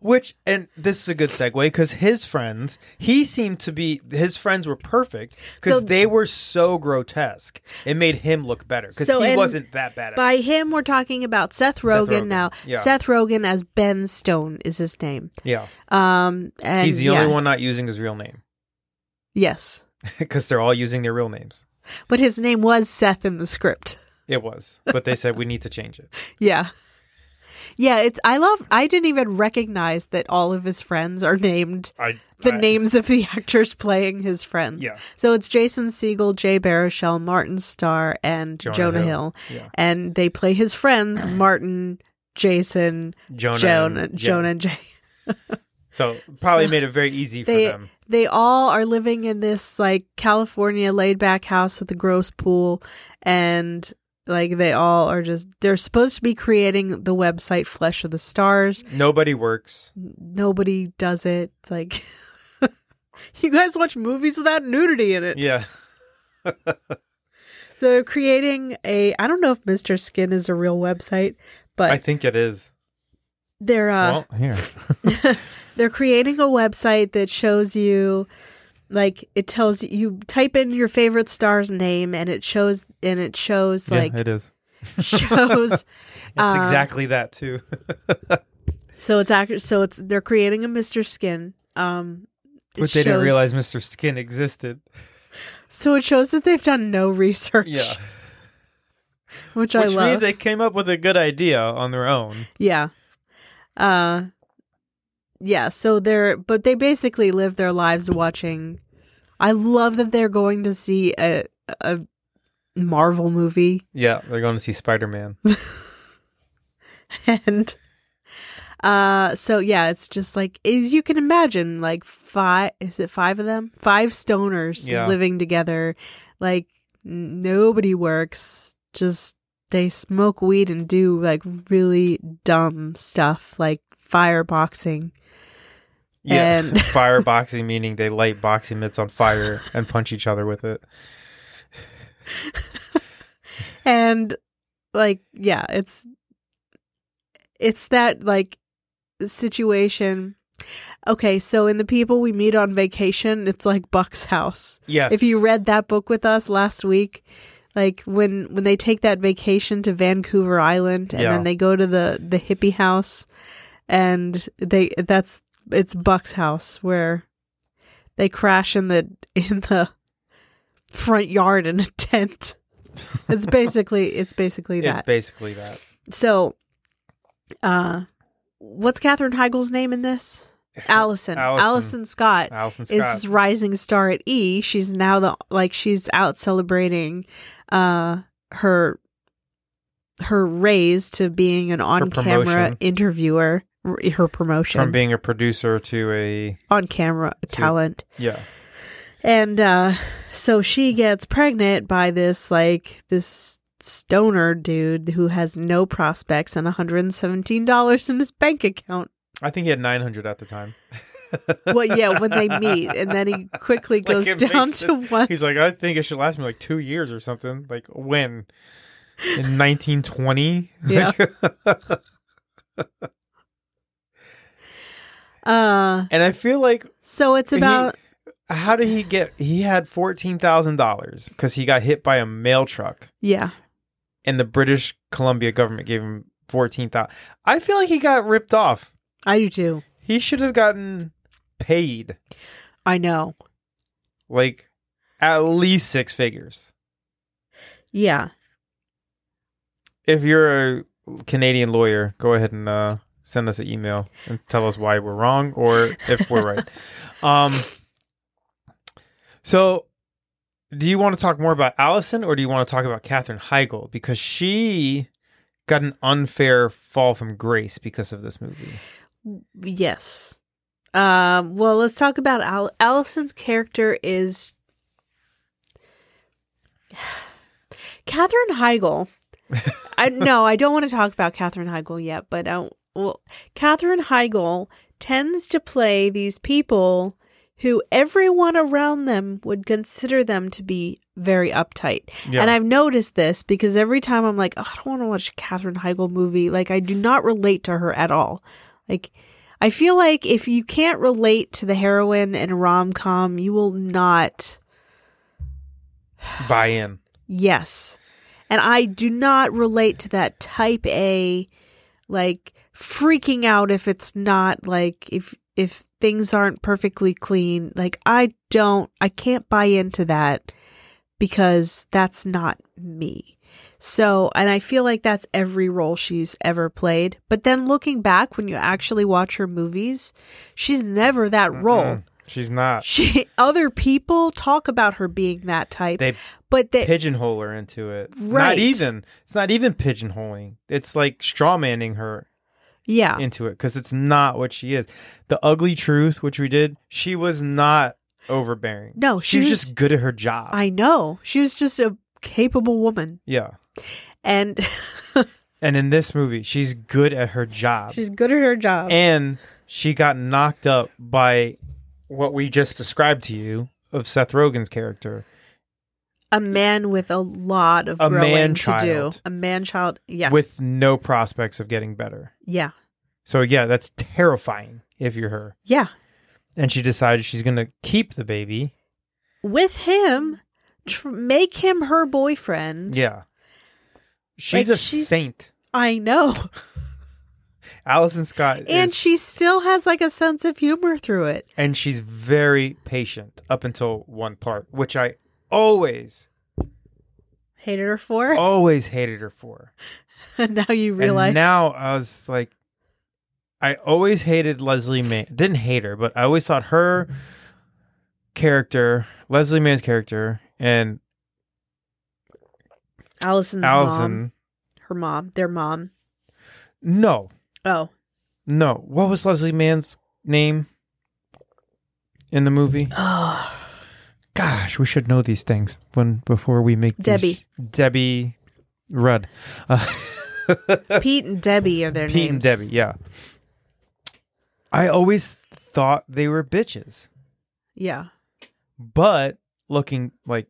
[SPEAKER 1] Which and this is a good segue because his friends, he seemed to be his friends were perfect because
[SPEAKER 2] So-
[SPEAKER 1] they were so grotesque. It made him look better because
[SPEAKER 2] So,
[SPEAKER 1] he
[SPEAKER 2] and
[SPEAKER 1] wasn't that bad. At it.
[SPEAKER 2] By him, we're talking about Seth Rogen,
[SPEAKER 1] Rogen,
[SPEAKER 2] now.
[SPEAKER 1] yeah.
[SPEAKER 2] Seth Rogen as Ben Stone is his name.
[SPEAKER 1] Yeah,
[SPEAKER 2] Um, and
[SPEAKER 1] he's the only
[SPEAKER 2] yeah.
[SPEAKER 1] one not using his real name *laughs*
[SPEAKER 2] Yes,
[SPEAKER 1] because they're all using their real names.
[SPEAKER 2] but his name was Seth in the script. *laughs*
[SPEAKER 1] It was, but they said we need to change it.
[SPEAKER 2] Yeah. Yeah, it's I love I didn't even recognize that all of his friends are named
[SPEAKER 1] I
[SPEAKER 2] the
[SPEAKER 1] I-
[SPEAKER 2] names of the *laughs* actors playing his friends.
[SPEAKER 1] Yeah.
[SPEAKER 2] So it's Jason Siegel, Jay Baruchel, Martin Starr, and Jonah,
[SPEAKER 1] Jonah
[SPEAKER 2] Hill.
[SPEAKER 1] Hill. Yeah.
[SPEAKER 2] And they play his *clears throat* friends Martin, Jason,
[SPEAKER 1] Jonah,
[SPEAKER 2] Jonah,
[SPEAKER 1] yeah.
[SPEAKER 2] Jonah, and Jay. *laughs*
[SPEAKER 1] So probably made it very easy for
[SPEAKER 2] They
[SPEAKER 1] them.
[SPEAKER 2] they all are living in this like California laid back house with a gross pool and like they all are just they're supposed to be creating the website Flesh of the Stars.
[SPEAKER 1] Nobody works.
[SPEAKER 2] *laughs* nobody does it. It's Like *laughs* you guys watch movies without nudity in it.
[SPEAKER 1] Yeah.
[SPEAKER 2] So they're creating a I don't know if Mr. Skin is a real website, but
[SPEAKER 1] I think it is.
[SPEAKER 2] they're uh,
[SPEAKER 1] well, here.
[SPEAKER 2] they're creating a website that shows you like it tells you, you type in your favorite star's name and it shows and it shows like uh,
[SPEAKER 1] yeah, it is.
[SPEAKER 2] *laughs* shows
[SPEAKER 1] It's exactly that too. *laughs*
[SPEAKER 2] so it's act- so it's they're creating a Mr. Skin um it
[SPEAKER 1] But they didn't
[SPEAKER 2] shows-
[SPEAKER 1] realize Mr. Skin existed.
[SPEAKER 2] so it shows that they've done no research
[SPEAKER 1] Yeah.
[SPEAKER 2] *laughs* which, I
[SPEAKER 1] Which
[SPEAKER 2] love
[SPEAKER 1] means they came up with a good idea on their own.
[SPEAKER 2] Yeah. Uh yeah, so they're but they basically live their lives watching I love that they're going to see a a Marvel movie *laughs*
[SPEAKER 1] Yeah, they're going to see Spider Man.
[SPEAKER 2] and uh so yeah, it's just like as you can imagine like five is it five of them? Five stoners
[SPEAKER 1] Yeah.
[SPEAKER 2] living together. Like n- nobody works. Just they smoke weed and do like really dumb stuff like fireboxing.
[SPEAKER 1] Yeah.
[SPEAKER 2] And-
[SPEAKER 1] *laughs*
[SPEAKER 2] *laughs*
[SPEAKER 1] fire boxing meaning they light boxing mitts on fire and punch each other with it.
[SPEAKER 2] and like yeah it's it's that like situation okay so in the people we meet on vacation it's like buck's house
[SPEAKER 1] Yes.
[SPEAKER 2] if you read that book with us last week like when when they take that vacation to vancouver island and
[SPEAKER 1] Yeah.
[SPEAKER 2] then they go to the the hippie house and they that's it's buck's house where they crash in the in the front yard in a tent it's basically it's
[SPEAKER 1] *laughs*
[SPEAKER 2] basically
[SPEAKER 1] it's
[SPEAKER 2] that
[SPEAKER 1] basically that.
[SPEAKER 2] so uh what's katherine heigl's name in this allison
[SPEAKER 1] Allison.
[SPEAKER 2] allison scott
[SPEAKER 1] Allison Scott.
[SPEAKER 2] is this rising star at E. She's now the like she's out celebrating uh her her raise to being an on camera
[SPEAKER 1] promotion.
[SPEAKER 2] interviewer, r- her promotion
[SPEAKER 1] from being a producer to a
[SPEAKER 2] on camera talent.
[SPEAKER 1] yeah.
[SPEAKER 2] And uh, so she gets pregnant by this like this stoner dude who has no prospects and $117 in his bank account.
[SPEAKER 1] I think he had 900 at the time.
[SPEAKER 2] *laughs* Well, yeah, when they meet, and then he quickly
[SPEAKER 1] Like,
[SPEAKER 2] goes
[SPEAKER 1] it
[SPEAKER 2] down
[SPEAKER 1] makes
[SPEAKER 2] to
[SPEAKER 1] it-
[SPEAKER 2] one.
[SPEAKER 1] *laughs* He's like, I think it should last me like two years or something. Like when
[SPEAKER 2] *laughs*
[SPEAKER 1] in 1920.
[SPEAKER 2] Yeah. Uh,
[SPEAKER 1] *laughs* and I feel like
[SPEAKER 2] so it's
[SPEAKER 1] He-
[SPEAKER 2] about
[SPEAKER 1] how did he get? He had fourteen thousand dollars because he got hit by a mail truck,
[SPEAKER 2] yeah.
[SPEAKER 1] and the British Columbia government gave him fourteen thousand. I feel like he got ripped off.
[SPEAKER 2] I do too.
[SPEAKER 1] He should have gotten paid
[SPEAKER 2] I know.
[SPEAKER 1] like at least six figures.
[SPEAKER 2] Yeah.
[SPEAKER 1] If you're a Canadian lawyer, go ahead and uh, send us an email and tell us why we're wrong or if we're right. Um, so, do you want to talk more about Allison or do you want to talk about Katherine Heigl? Because she got an unfair fall from grace because of this movie.
[SPEAKER 2] Yes. Um, well, let's talk about Al- Allison's character is Katherine Heigl. I no, I don't want to talk about Katherine Heigl yet, but uh, well, Katherine Heigl tends to play these people who everyone around them would consider them to be very uptight.
[SPEAKER 1] Yeah.
[SPEAKER 2] And I've noticed this because every time I'm like, oh, I don't want to watch a Katherine Heigl movie. Like, I do not relate to her at all. Like, I feel like if you can't relate to the heroine in a rom com, you will not.
[SPEAKER 1] buy in.
[SPEAKER 2] Yes. And I do not relate to that type A like freaking out if it's not like if if things aren't perfectly clean. Like I don't I can't buy into that because that's not me. So, and I feel like that's every role she's ever played. But then looking back when you actually watch her movies, she's never that role.
[SPEAKER 1] Mm-mm. She's not.
[SPEAKER 2] She other people talk about her being that type.
[SPEAKER 1] They
[SPEAKER 2] but they
[SPEAKER 1] pigeonhole her into it. Not
[SPEAKER 2] Right.
[SPEAKER 1] even. It's not even pigeonholing. It's like strawmanning her
[SPEAKER 2] yeah.
[SPEAKER 1] into it because it's not what she is. The ugly truth, which we did, she was not overbearing.
[SPEAKER 2] No,
[SPEAKER 1] she,
[SPEAKER 2] she
[SPEAKER 1] was,
[SPEAKER 2] was-
[SPEAKER 1] just good at her job.
[SPEAKER 2] I know. She was just a capable woman.
[SPEAKER 1] yeah.
[SPEAKER 2] And *laughs*
[SPEAKER 1] And in this movie, she's good at her job.
[SPEAKER 2] she's good at her job.
[SPEAKER 1] and she got knocked up by what we just described to you of Seth Rogen's character.
[SPEAKER 2] a man with a lot of
[SPEAKER 1] A
[SPEAKER 2] growing to
[SPEAKER 1] man-child.
[SPEAKER 2] do. A man child. Yeah.
[SPEAKER 1] with no prospects of getting better.
[SPEAKER 2] yeah.
[SPEAKER 1] So yeah, that's terrifying if you're her.
[SPEAKER 2] Yeah.
[SPEAKER 1] And she decides she's gonna keep the baby.
[SPEAKER 2] With him, tr- make him her boyfriend.
[SPEAKER 1] Yeah, she's
[SPEAKER 2] Like,
[SPEAKER 1] a
[SPEAKER 2] she's-
[SPEAKER 1] saint.
[SPEAKER 2] I *laughs* know.
[SPEAKER 1] Allison Scott,
[SPEAKER 2] And
[SPEAKER 1] is-
[SPEAKER 2] she still has like a sense of humor through it.
[SPEAKER 1] and she's very patient up until one part, which I always
[SPEAKER 2] Hated her for.
[SPEAKER 1] always hated her for.
[SPEAKER 2] Oh. *laughs* and now you realize.
[SPEAKER 1] And now I was like, I always hated Leslie Mann. Didn't hate her, but I always thought her character, Leslie Mann's character, and
[SPEAKER 2] Allison's
[SPEAKER 1] Allison.
[SPEAKER 2] mom. Her mom. Their mom.
[SPEAKER 1] No,
[SPEAKER 2] *sighs* Oh.
[SPEAKER 1] no. What was Leslie Mann's name in the movie?
[SPEAKER 2] Oh.
[SPEAKER 1] Gosh, we should know these things when before we make these-
[SPEAKER 2] Debbie.
[SPEAKER 1] Debbie Rudd. Uh, *laughs*
[SPEAKER 2] Pete and Debbie are their
[SPEAKER 1] Pete and
[SPEAKER 2] names.
[SPEAKER 1] Debbie. Yeah. I always thought they were bitches.
[SPEAKER 2] Yeah.
[SPEAKER 1] but looking like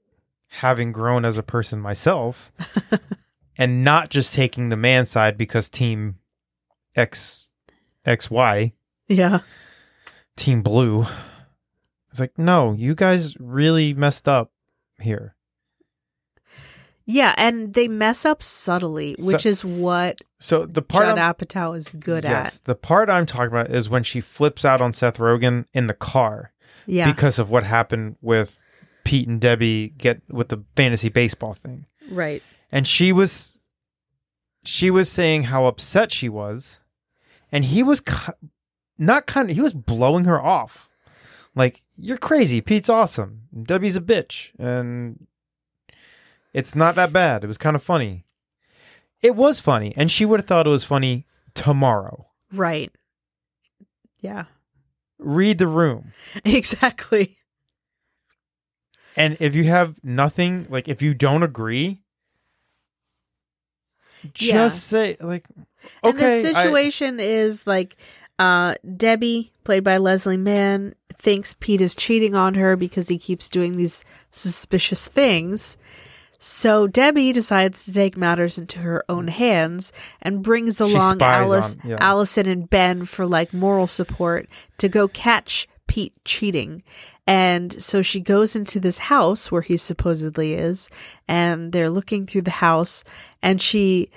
[SPEAKER 1] having grown as a person
[SPEAKER 2] *laughs*
[SPEAKER 1] myself and not just taking the man side because team x xy
[SPEAKER 2] Yeah.
[SPEAKER 1] team blue it's like no you guys really messed up here
[SPEAKER 2] Yeah, and they mess up subtly,
[SPEAKER 1] So-
[SPEAKER 2] which is what
[SPEAKER 1] so the part
[SPEAKER 2] Judd
[SPEAKER 1] I'm-
[SPEAKER 2] Apatow is good
[SPEAKER 1] yes,
[SPEAKER 2] at.
[SPEAKER 1] the part i'm talking about is when she flips out on seth rogen in the car
[SPEAKER 2] Yeah,
[SPEAKER 1] because of what happened with pete and debbie get with the fantasy baseball thing
[SPEAKER 2] right.
[SPEAKER 1] and she was she was saying how upset she was and he was ki- not kind of he was blowing her off like you're crazy pete's awesome debbie's a bitch and it's not that bad it was kind of funny it was funny and she would have thought it was funny tomorrow
[SPEAKER 2] Right. Yeah, *laughs*
[SPEAKER 1] read the room
[SPEAKER 2] exactly.
[SPEAKER 1] and if you have nothing like if you don't agree just
[SPEAKER 2] Yeah.
[SPEAKER 1] say like okay
[SPEAKER 2] and the
[SPEAKER 1] I-
[SPEAKER 2] situation is like uh, Debbie, played by Leslie Mann, thinks Pete is cheating on her because he keeps doing these suspicious things. So Debbie decides to take matters into her own hands and brings along
[SPEAKER 1] Mm. spies
[SPEAKER 2] Alice,
[SPEAKER 1] on- yeah.
[SPEAKER 2] Allison and Ben for like moral support to go catch Pete cheating. And so she goes into this house where he supposedly is, and they're looking through the house, and she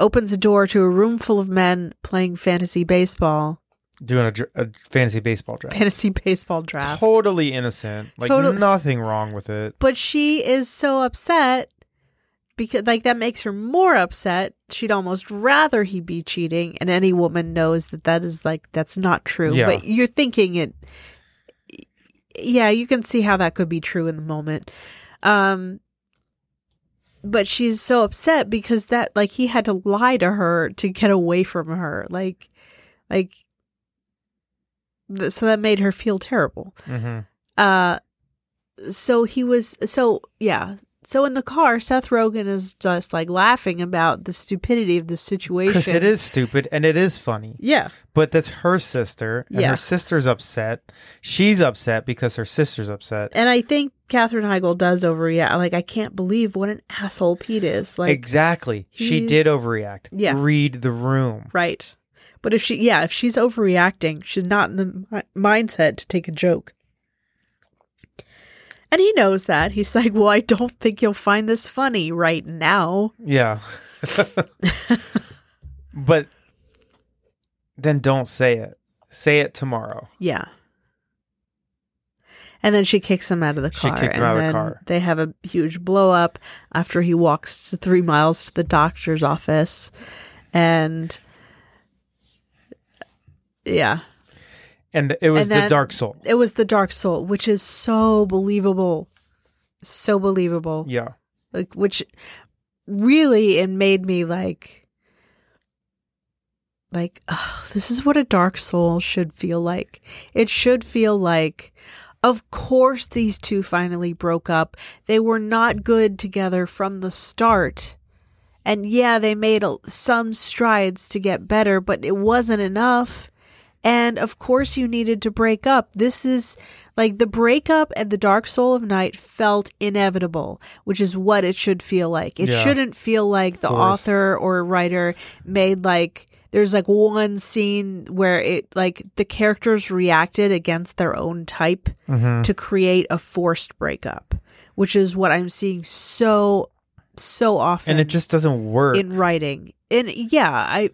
[SPEAKER 2] opens a door to a room full of men playing fantasy baseball, *laughs*
[SPEAKER 1] doing a, dr- a fantasy baseball draft.
[SPEAKER 2] fantasy baseball draft.
[SPEAKER 1] Totally innocent. Like
[SPEAKER 2] Total-
[SPEAKER 1] nothing wrong with it.
[SPEAKER 2] but she is so upset because like that makes her more upset she'd almost rather he be cheating and any woman knows that that is like that's not true
[SPEAKER 1] Yeah.
[SPEAKER 2] but you're thinking it yeah you can see how that could be true in the moment um but she's so upset because that like he had to lie to her to get away from her like like th- so that made her feel terrible
[SPEAKER 1] Mm-hmm.
[SPEAKER 2] uh so he was so yeah So in the car, Seth Rogen is just like laughing about the stupidity of the situation.
[SPEAKER 1] Because it is stupid and it is funny.
[SPEAKER 2] Yeah.
[SPEAKER 1] But that's her sister, and
[SPEAKER 2] Yeah.
[SPEAKER 1] her sister's upset. She's upset because her sister's upset.
[SPEAKER 2] And I think Katherine Heigl does overreact. Like, I can't believe what an asshole Pete is. Like,
[SPEAKER 1] exactly. She
[SPEAKER 2] he's-
[SPEAKER 1] did overreact.
[SPEAKER 2] Yeah.
[SPEAKER 1] Read the room.
[SPEAKER 2] right. But if she, yeah, if she's overreacting, she's not in the mi- mindset to take a joke. And he knows that. He's like, well, I don't think you'll find this funny right now. *laughs*
[SPEAKER 1] Yeah. but then don't say it. Say it tomorrow.
[SPEAKER 2] Yeah. And then she kicks him out of the
[SPEAKER 1] She
[SPEAKER 2] car.
[SPEAKER 1] kicked him out
[SPEAKER 2] and
[SPEAKER 1] of the
[SPEAKER 2] then
[SPEAKER 1] car.
[SPEAKER 2] They have a huge blow up after he walks three miles to the doctor's office. And yeah,
[SPEAKER 1] And it was
[SPEAKER 2] And then-
[SPEAKER 1] the Dark Soul.
[SPEAKER 2] it was the Dark Soul, which is so believable. So believable.
[SPEAKER 1] Yeah.
[SPEAKER 2] Like, which really it made me like, like ugh, this is what a dark soul should feel like it should feel like of course these two finally broke up they were not good together from the start and yeah they made a, some strides to get better but it wasn't enough and of course you needed to break up this is like the breakup and the dark soul of night felt inevitable which is what it should feel like it
[SPEAKER 1] Yeah.
[SPEAKER 2] shouldn't feel like the
[SPEAKER 1] Forced.
[SPEAKER 2] author or writer made like there's like one scene where it like the characters reacted against their own type
[SPEAKER 1] Mhm.
[SPEAKER 2] to create a forced breakup, which is what I'm seeing so so often
[SPEAKER 1] And it just doesn't work.
[SPEAKER 2] in writing. And yeah, I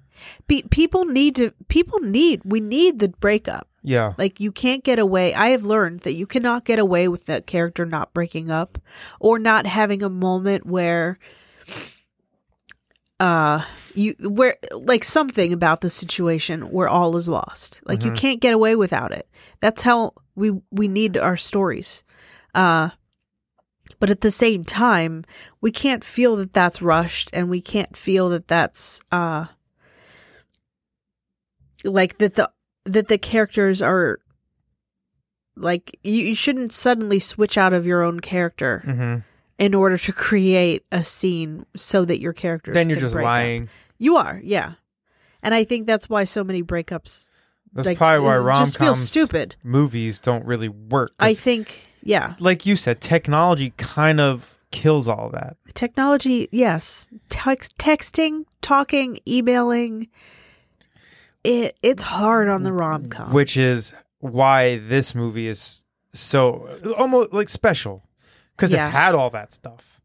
[SPEAKER 2] *sighs* pe- people need to people need we need the breakup.
[SPEAKER 1] yeah.
[SPEAKER 2] Like you can't get away. I have learned that you cannot get away with that character not breaking up or not having a moment where uh you where like something about the situation where all is lost. Like you
[SPEAKER 1] Mhm.
[SPEAKER 2] can't get away without it. That's how we we need our stories. Uh but at the same time, we can't feel that that's rushed and we can't feel that that's uh like that the that the characters are like you, you shouldn't suddenly switch out of your own character
[SPEAKER 1] hmm
[SPEAKER 2] in order to create a scene so that your characters
[SPEAKER 1] Then you're
[SPEAKER 2] can
[SPEAKER 1] just
[SPEAKER 2] break up.
[SPEAKER 1] lying.
[SPEAKER 2] You are, yeah. And I think that's why so many breakups
[SPEAKER 1] That's
[SPEAKER 2] like
[SPEAKER 1] probably why
[SPEAKER 2] is-
[SPEAKER 1] rom
[SPEAKER 2] just feel
[SPEAKER 1] coms
[SPEAKER 2] stupid.
[SPEAKER 1] movies don't really work. 'cause
[SPEAKER 2] I think, yeah,
[SPEAKER 1] like you said, technology kind of kills all that.
[SPEAKER 2] technology, yes, text, texting, talking, emailing. It it's hard on the rom com.
[SPEAKER 1] which is why this movie is so almost like special because
[SPEAKER 2] Yeah.
[SPEAKER 1] it had all that stuff.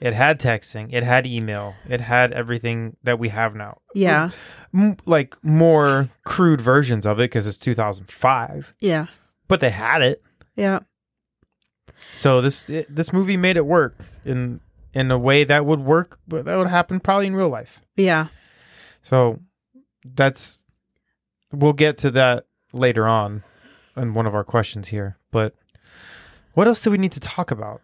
[SPEAKER 1] It had texting, it had email, it had everything that we have now.
[SPEAKER 2] yeah,
[SPEAKER 1] M- like more crude versions of it because it's 2005,
[SPEAKER 2] yeah,
[SPEAKER 1] but they had it.
[SPEAKER 2] yeah.
[SPEAKER 1] So this it, this movie made it work in in a way that would work, but that would happen probably in real life.
[SPEAKER 2] Yeah.
[SPEAKER 1] So that's we'll get to that later on in one of our questions here. But what else do we need to talk about?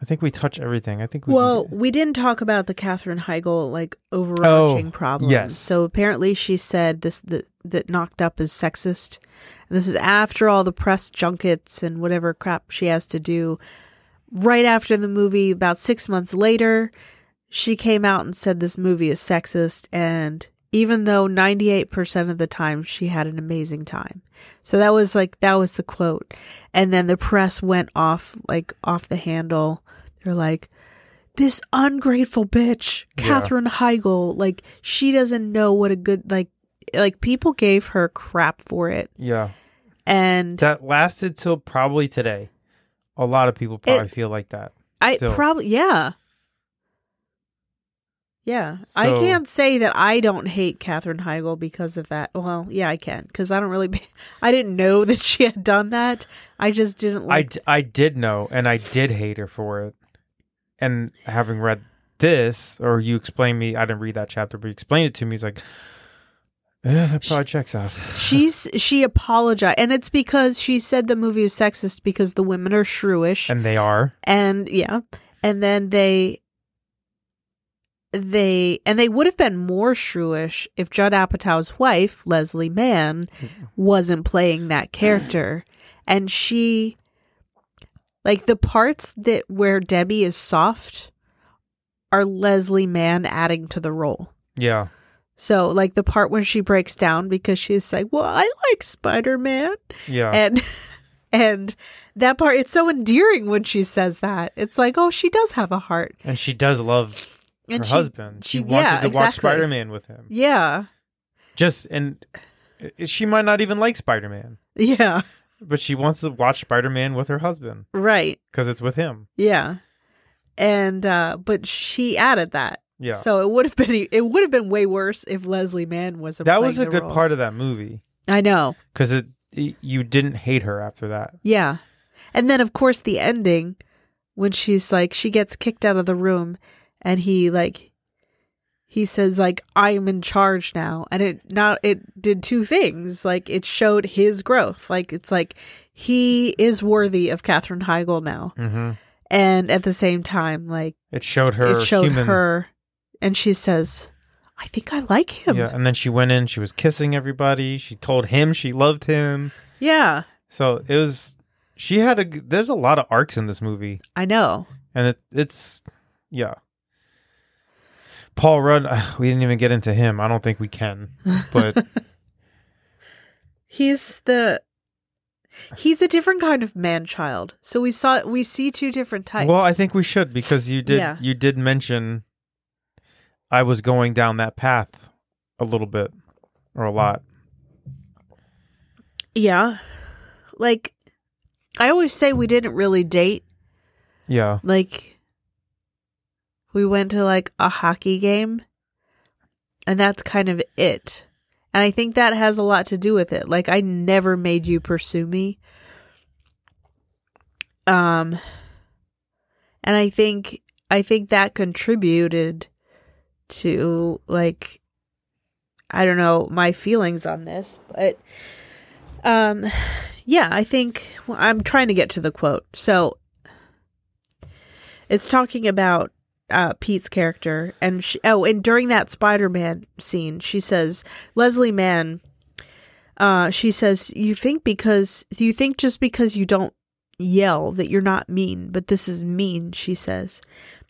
[SPEAKER 1] I think we touch everything. I think we
[SPEAKER 2] Well, we didn't talk about the Katherine Heigl like overarching problem.
[SPEAKER 1] Oh, yes.
[SPEAKER 2] So apparently she said this that, that knocked up is sexist. And this is after all the press junkets and whatever crap she has to do. Right after the movie, about six months later, she came out and said this movie is sexist and even though 98% of the time she had an amazing time. So that was like that was the quote. And then the press went off like off the handle. They're like this ungrateful bitch,
[SPEAKER 1] Yeah.
[SPEAKER 2] Katherine Heigl, like she doesn't know what a good like like people gave her crap for it.
[SPEAKER 1] yeah,
[SPEAKER 2] And
[SPEAKER 1] that lasted till probably today. A lot of people probably
[SPEAKER 2] It-
[SPEAKER 1] feel like that.
[SPEAKER 2] I
[SPEAKER 1] Still.
[SPEAKER 2] probably yeah. Yeah, I
[SPEAKER 1] So-
[SPEAKER 2] can't say that I don't hate Katherine Heigl because of that. Well, yeah, I can because I don't really. *laughs* I didn't know that she had done that. I just didn't
[SPEAKER 1] I,
[SPEAKER 2] like.
[SPEAKER 1] d- I did know, and I did hate her for it. And having read this, or you explained me, I didn't read that chapter, but you explained it to me. It's like, yeah, that probably checks out.
[SPEAKER 2] She's she apologized, and it's because she said the movie is sexist because the women are shrewish,
[SPEAKER 1] and they are.
[SPEAKER 2] and yeah and then they they and they would have been more shrewish if judd apatow's wife leslie mann wasn't playing that character and she Like the parts that where Debbie is soft are Leslie Mann adding to the role.
[SPEAKER 1] Yeah.
[SPEAKER 2] So like the part when she breaks down because she's like, "Well, I like Spider-Man."
[SPEAKER 1] Yeah.
[SPEAKER 2] And *laughs* and that part it's so endearing when she says that. It's like, "Oh, she does have a heart."
[SPEAKER 1] And she does love
[SPEAKER 2] And
[SPEAKER 1] her
[SPEAKER 2] she,
[SPEAKER 1] husband. She,
[SPEAKER 2] she-
[SPEAKER 1] wanted
[SPEAKER 2] yeah,
[SPEAKER 1] to watch
[SPEAKER 2] exactly.
[SPEAKER 1] Spider Man with him.
[SPEAKER 2] Yeah.
[SPEAKER 1] Just and i- she might not even like Spider Man,
[SPEAKER 2] Yeah.
[SPEAKER 1] but she wants to watch Spider Man with her husband
[SPEAKER 2] Right.
[SPEAKER 1] because it's with him.
[SPEAKER 2] Yeah. And uh but she added that.
[SPEAKER 1] Yeah.
[SPEAKER 2] So it would have been it would have been way worse if Leslie Mann was a
[SPEAKER 1] that was a good part of that movie
[SPEAKER 2] I know.
[SPEAKER 1] because it y- you didn't hate her after that.
[SPEAKER 2] Yeah. And then of course the ending when she's like she gets kicked out of the room and he like he says like I'm in charge now and it not it did two things like it showed his growth like it's like he is worthy of Katherine Heigl now
[SPEAKER 1] Mm-hmm.
[SPEAKER 2] and at the same time like
[SPEAKER 1] It showed her.
[SPEAKER 2] it showed
[SPEAKER 1] human,
[SPEAKER 2] her and she says I think I like him
[SPEAKER 1] Yeah, and then she went in. She was kissing everybody. She told him she loved him.
[SPEAKER 2] yeah
[SPEAKER 1] So it was. She had a. g- There's a lot of arcs in this movie,
[SPEAKER 2] I know
[SPEAKER 1] and it, it's yeah. Paul Rudd. uh, We didn't even get into him. I don't think we can.
[SPEAKER 2] *laughs*
[SPEAKER 1] But
[SPEAKER 2] He's the he's a different kind of man child. So we saw we see two different types.
[SPEAKER 1] well, I think we should because you did.
[SPEAKER 2] Yeah.
[SPEAKER 1] You did mention. I was going down that path a little bit, or a
[SPEAKER 2] Mm.
[SPEAKER 1] lot.
[SPEAKER 2] yeah. Like I always say we didn't really date.
[SPEAKER 1] Yeah.
[SPEAKER 2] Like we went to like a hockey game and that's kind of it. And I think that has a lot to do with it. Like I never made you pursue me. Um and I think I think that contributed to like I don't know my feelings on this, but um yeah, I think well, I'm trying to get to the quote. So it's talking about uh, Pete's character, and she, oh, and during that Spider-Man scene, she says Leslie Mann. Uh, she says, "You think because you think just because you don't yell that you're not mean, but this is mean." She says,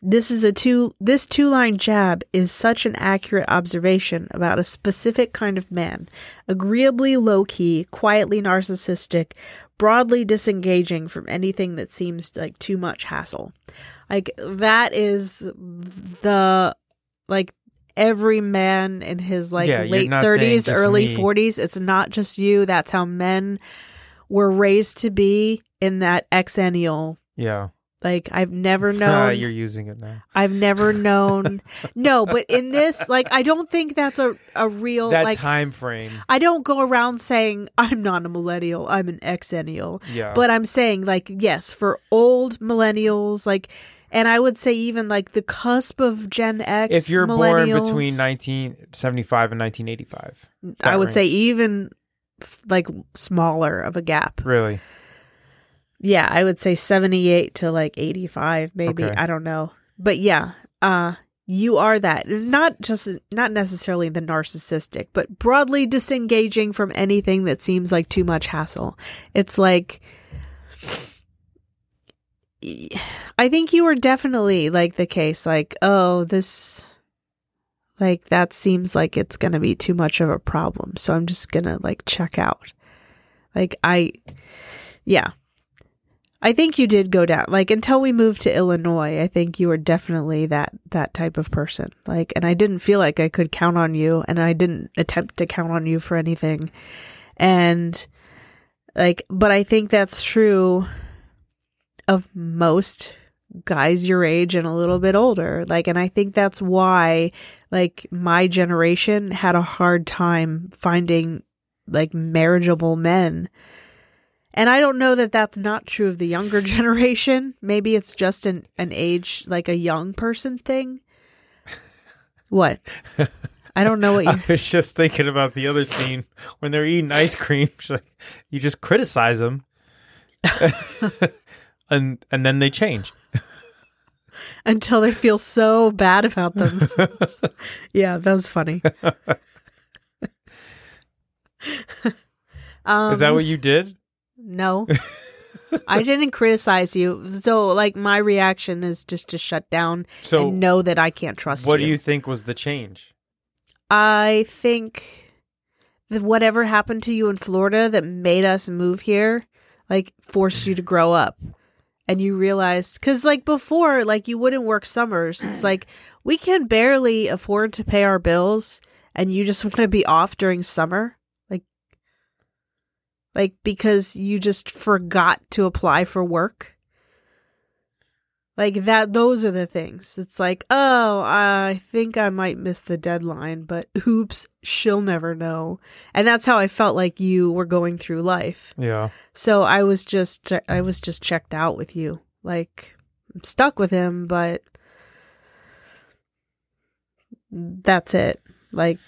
[SPEAKER 2] "This is a two. This two-line jab is such an accurate observation about a specific kind of man, agreeably low-key, quietly narcissistic." broadly disengaging from anything that seems like too much hassle like that is the like every man in his like
[SPEAKER 1] Yeah, you're
[SPEAKER 2] late
[SPEAKER 1] not saying
[SPEAKER 2] 30s
[SPEAKER 1] just
[SPEAKER 2] early
[SPEAKER 1] me.
[SPEAKER 2] 40s it's not just you that's how men were raised to be in that exennial
[SPEAKER 1] Yeah.
[SPEAKER 2] like i've never
[SPEAKER 1] *laughs* Ah,
[SPEAKER 2] known
[SPEAKER 1] you're using it now.
[SPEAKER 2] i've never known no but in this like i don't think that's a, a real
[SPEAKER 1] that
[SPEAKER 2] Oh, like
[SPEAKER 1] time frame.
[SPEAKER 2] i don't go around saying i'm not a millennial i'm an exennial
[SPEAKER 1] Yeah.
[SPEAKER 2] but I'm saying, like, yes, for old millennials, like, and I would say even like the cusp of Gen X.
[SPEAKER 1] if you're born
[SPEAKER 2] millennials,
[SPEAKER 1] between 1975 and 1985,
[SPEAKER 2] I would
[SPEAKER 1] right?
[SPEAKER 2] say even f- like smaller of a gap.
[SPEAKER 1] really?
[SPEAKER 2] Yeah, I would say 78 to like 85, maybe.
[SPEAKER 1] Okay.
[SPEAKER 2] I don't know. But yeah, uh, you are that. Not just, not necessarily the narcissistic, but broadly disengaging from anything that seems like too much hassle. It's like, I think you were definitely like the case, like, oh, this, like, that seems like it's going to be too much of a problem. So I'm just going to like check out. Like, I, yeah. I think you did go down like until we moved to Illinois. I think you were definitely that that type of person. Like and I didn't feel like I could count on you and I didn't attempt to count on you for anything. And like but I think that's true of most guys your age and a little bit older. Like and I think that's why like my generation had a hard time finding like marriageable men and I don't know that that's not true of the younger *laughs* generation. Maybe it's just an, an age, like a young person thing. What? I don't know what you.
[SPEAKER 1] I was just thinking about the other scene when they're eating ice cream. *laughs* She's like, you just criticize them, *laughs* and and then they change.
[SPEAKER 2] *laughs* until they feel so bad about
[SPEAKER 1] *laughs*
[SPEAKER 2] themselves. yeah, that was funny. um, Um,
[SPEAKER 1] Is that what you did?
[SPEAKER 2] No. I didn't criticize you. So, like, my reaction is just to shut down
[SPEAKER 1] So,
[SPEAKER 2] and know that I can't trust
[SPEAKER 1] what do you think was the change?
[SPEAKER 2] I think that whatever happened to you in Florida that made us move here, like, forced you to grow up. And you realized, because, like, before, like, you wouldn't work summers. It's like, we can barely afford to pay our bills, and you just *laughs* want to be off during summer. Like, like because you just forgot to apply for work. Like that, those are the things. It's like, oh, I think I might miss the deadline, but oops, she'll never know. And that's how I felt like you were going through life.
[SPEAKER 1] Yeah.
[SPEAKER 2] So I was just, I was just checked out with you. Like, I'm stuck with him, but that's it. Like,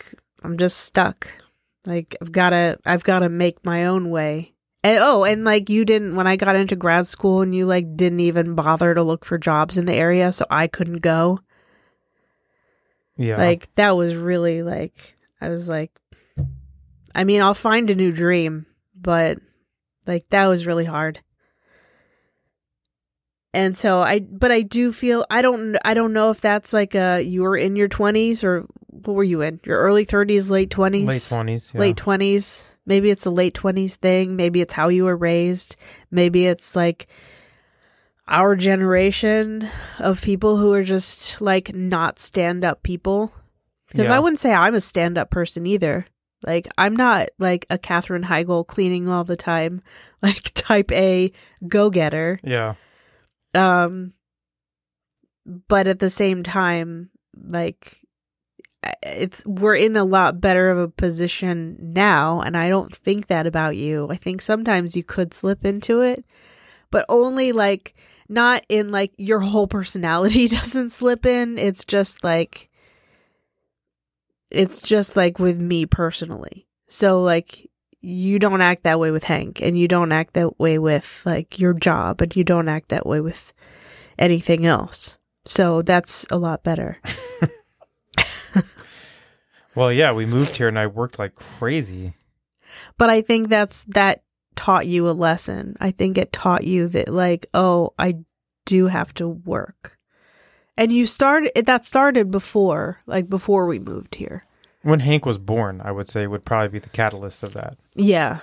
[SPEAKER 2] I'm just stuck. Like, I've gotta, I've gotta make my own way. And, oh, and like you didn't when I got into grad school, and you like didn't even bother to look for jobs in the area, so I couldn't go.
[SPEAKER 1] Yeah.
[SPEAKER 2] Like that was really like I was like, I mean, I'll find a new dream, but like that was really hard. And so I, but I do feel I don't I don't know if that's like a you were in your twenties or what were you in your early thirties, late twenties,
[SPEAKER 1] late 20s. Yeah.
[SPEAKER 2] late 20s. Maybe it's a late 20s thing. Maybe it's how you were raised. Maybe it's like our generation of people who are just like not stand up people. Because
[SPEAKER 1] Yeah.
[SPEAKER 2] I wouldn't say I'm a stand up person either. Like, I'm not like a Katherine Heigl cleaning all the time, *laughs* like type A go getter
[SPEAKER 1] Yeah.
[SPEAKER 2] um but at the same time like I- it's we're in a lot better of a position now and i don't think that about you i think sometimes you could slip into it but only like not in like your whole personality *laughs* doesn't slip in it's just like it's just like with me personally so like you don't act that way with hank and you don't act that way with like your job and you don't act that way with anything else so that's a lot better
[SPEAKER 1] Well, yeah, we moved here and I worked like crazy.
[SPEAKER 2] but i think that's that taught you a lesson i think it taught you that like oh i do have to work and you started that started before like before we moved here
[SPEAKER 1] When Hank was born, I would say would probably be the catalyst of that.
[SPEAKER 2] yeah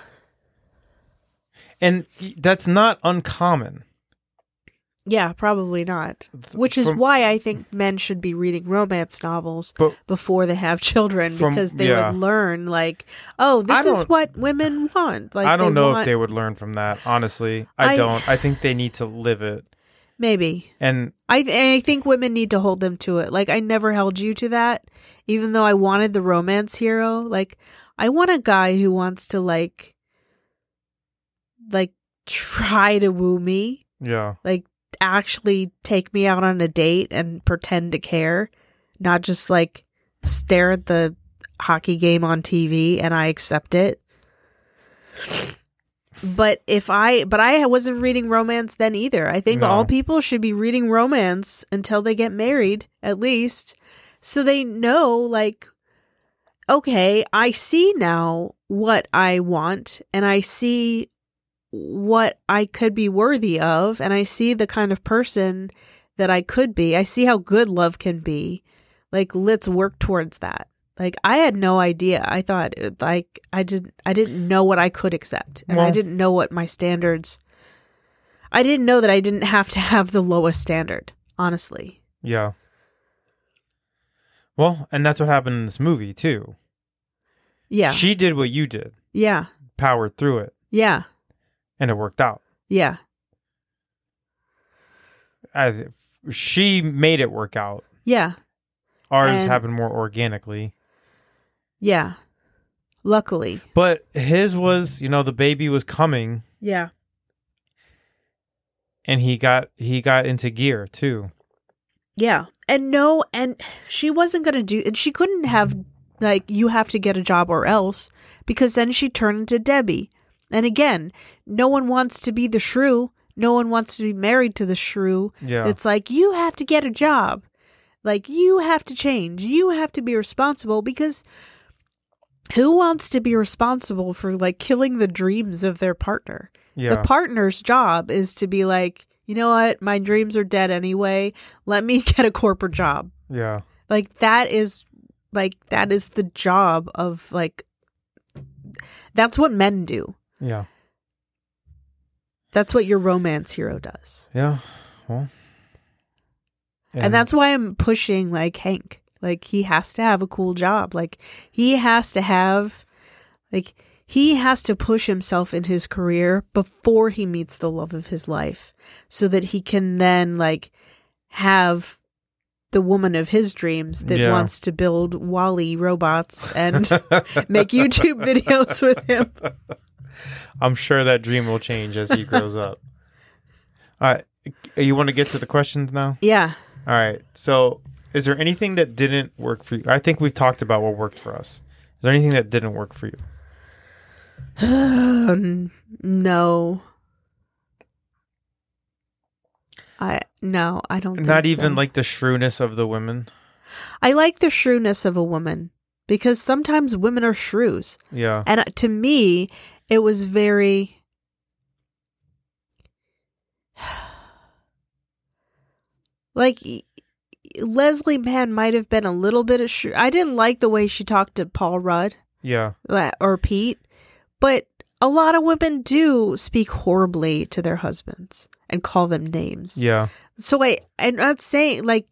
[SPEAKER 1] And that's not uncommon.
[SPEAKER 2] yeah probably not which is
[SPEAKER 1] From-
[SPEAKER 2] why i think men should be reading romance novels
[SPEAKER 1] But
[SPEAKER 2] before they have *laughs* children
[SPEAKER 1] From-
[SPEAKER 2] because they
[SPEAKER 1] yeah.
[SPEAKER 2] would learn like oh this is
[SPEAKER 1] don't-
[SPEAKER 2] what women want like
[SPEAKER 1] I don't
[SPEAKER 2] they
[SPEAKER 1] know if
[SPEAKER 2] want-
[SPEAKER 1] they would learn from that. Honestly, I,
[SPEAKER 2] I-
[SPEAKER 1] don't. I think they need to live it.
[SPEAKER 2] maybe
[SPEAKER 1] And
[SPEAKER 2] I, and I think women need to hold them to it like i never held you to that even though i wanted the romance hero like i want a guy who wants to like like try to woo me
[SPEAKER 1] yeah,
[SPEAKER 2] actually take me out on a date and pretend to care, not just like stare at the hockey game on TV and I accept it. But if I but I wasn't reading romance then either. I think
[SPEAKER 1] No.
[SPEAKER 2] all people should be reading romance until they get married at least so they know like okay, I see now what I want and I see what I could be worthy of and I see the kind of person that I could be. I see how good love can be. Like let's work towards that. Like I had no idea. I thought uh, like I didn't I didn't know what I could accept and I
[SPEAKER 1] Well-
[SPEAKER 2] didn't know what my standards I didn't know that I didn't have to have the lowest standard, honestly.
[SPEAKER 1] yeah. Well, and that's what happened in this movie too.
[SPEAKER 2] Yeah.
[SPEAKER 1] She did what you did,
[SPEAKER 2] yeah.
[SPEAKER 1] powered through it,
[SPEAKER 2] Yeah.
[SPEAKER 1] and it worked out.
[SPEAKER 2] Yeah.
[SPEAKER 1] I, she made it work out.
[SPEAKER 2] Yeah.
[SPEAKER 1] Ours
[SPEAKER 2] And-
[SPEAKER 1] happened more organically,
[SPEAKER 2] Yeah. Luckily.
[SPEAKER 1] but his was, you know, the baby was coming,
[SPEAKER 2] Yeah.
[SPEAKER 1] and he got he got into gear too.
[SPEAKER 2] Yeah. And no, and she wasn't going to do, and she couldn't have, like, you have to get a job or else, because then she turned into Debbie. And again, no one wants to be the shrew. No one wants to be married to the shrew.
[SPEAKER 1] Yeah,
[SPEAKER 2] It's like, you have to get a job. Like, you have to change. You have to be responsible because who wants to be responsible for, like, killing the dreams of their partner?
[SPEAKER 1] Yeah.
[SPEAKER 2] The partner's job is to be like, you know what? My dreams are dead anyway. Let me *laughs* get a corporate job.
[SPEAKER 1] yeah.
[SPEAKER 2] Like that is like that is the job of like that's what men do.
[SPEAKER 1] Yeah.
[SPEAKER 2] That's what your romance hero does.
[SPEAKER 1] Yeah. Well.
[SPEAKER 2] And that's why I'm pushing like Hank. Like he has to have a cool job. Like he has to have like he has to push himself in his career before he meets the love of his life so that he can then like have the woman of his dreams that
[SPEAKER 1] Yeah.
[SPEAKER 2] wants to build Wally robots and make YouTube videos with him.
[SPEAKER 1] I'm sure that dream will change as he grows
[SPEAKER 2] *laughs*
[SPEAKER 1] up. All right. You want to get to the questions now?
[SPEAKER 2] Yeah.
[SPEAKER 1] All right. So, is there anything that didn't work for you? I think we've talked about what worked for us. Is there anything that didn't work for you?
[SPEAKER 2] Um, *sighs* no. I no, I don't. think
[SPEAKER 1] Not even
[SPEAKER 2] so.
[SPEAKER 1] like the shrewdness of the women.
[SPEAKER 2] I like the shrewdness of a woman because sometimes women are shrews,
[SPEAKER 1] Yeah.
[SPEAKER 2] and uh, to me, it was very. *sighs* Like y- Leslie Mann might have been a little bit of shrew. I didn't like the way she talked to Paul Rudd.
[SPEAKER 1] Yeah.
[SPEAKER 2] that- or Pete, but a lot of women do speak horribly to their husbands and call them names.
[SPEAKER 1] Yeah.
[SPEAKER 2] So I, I'm not saying like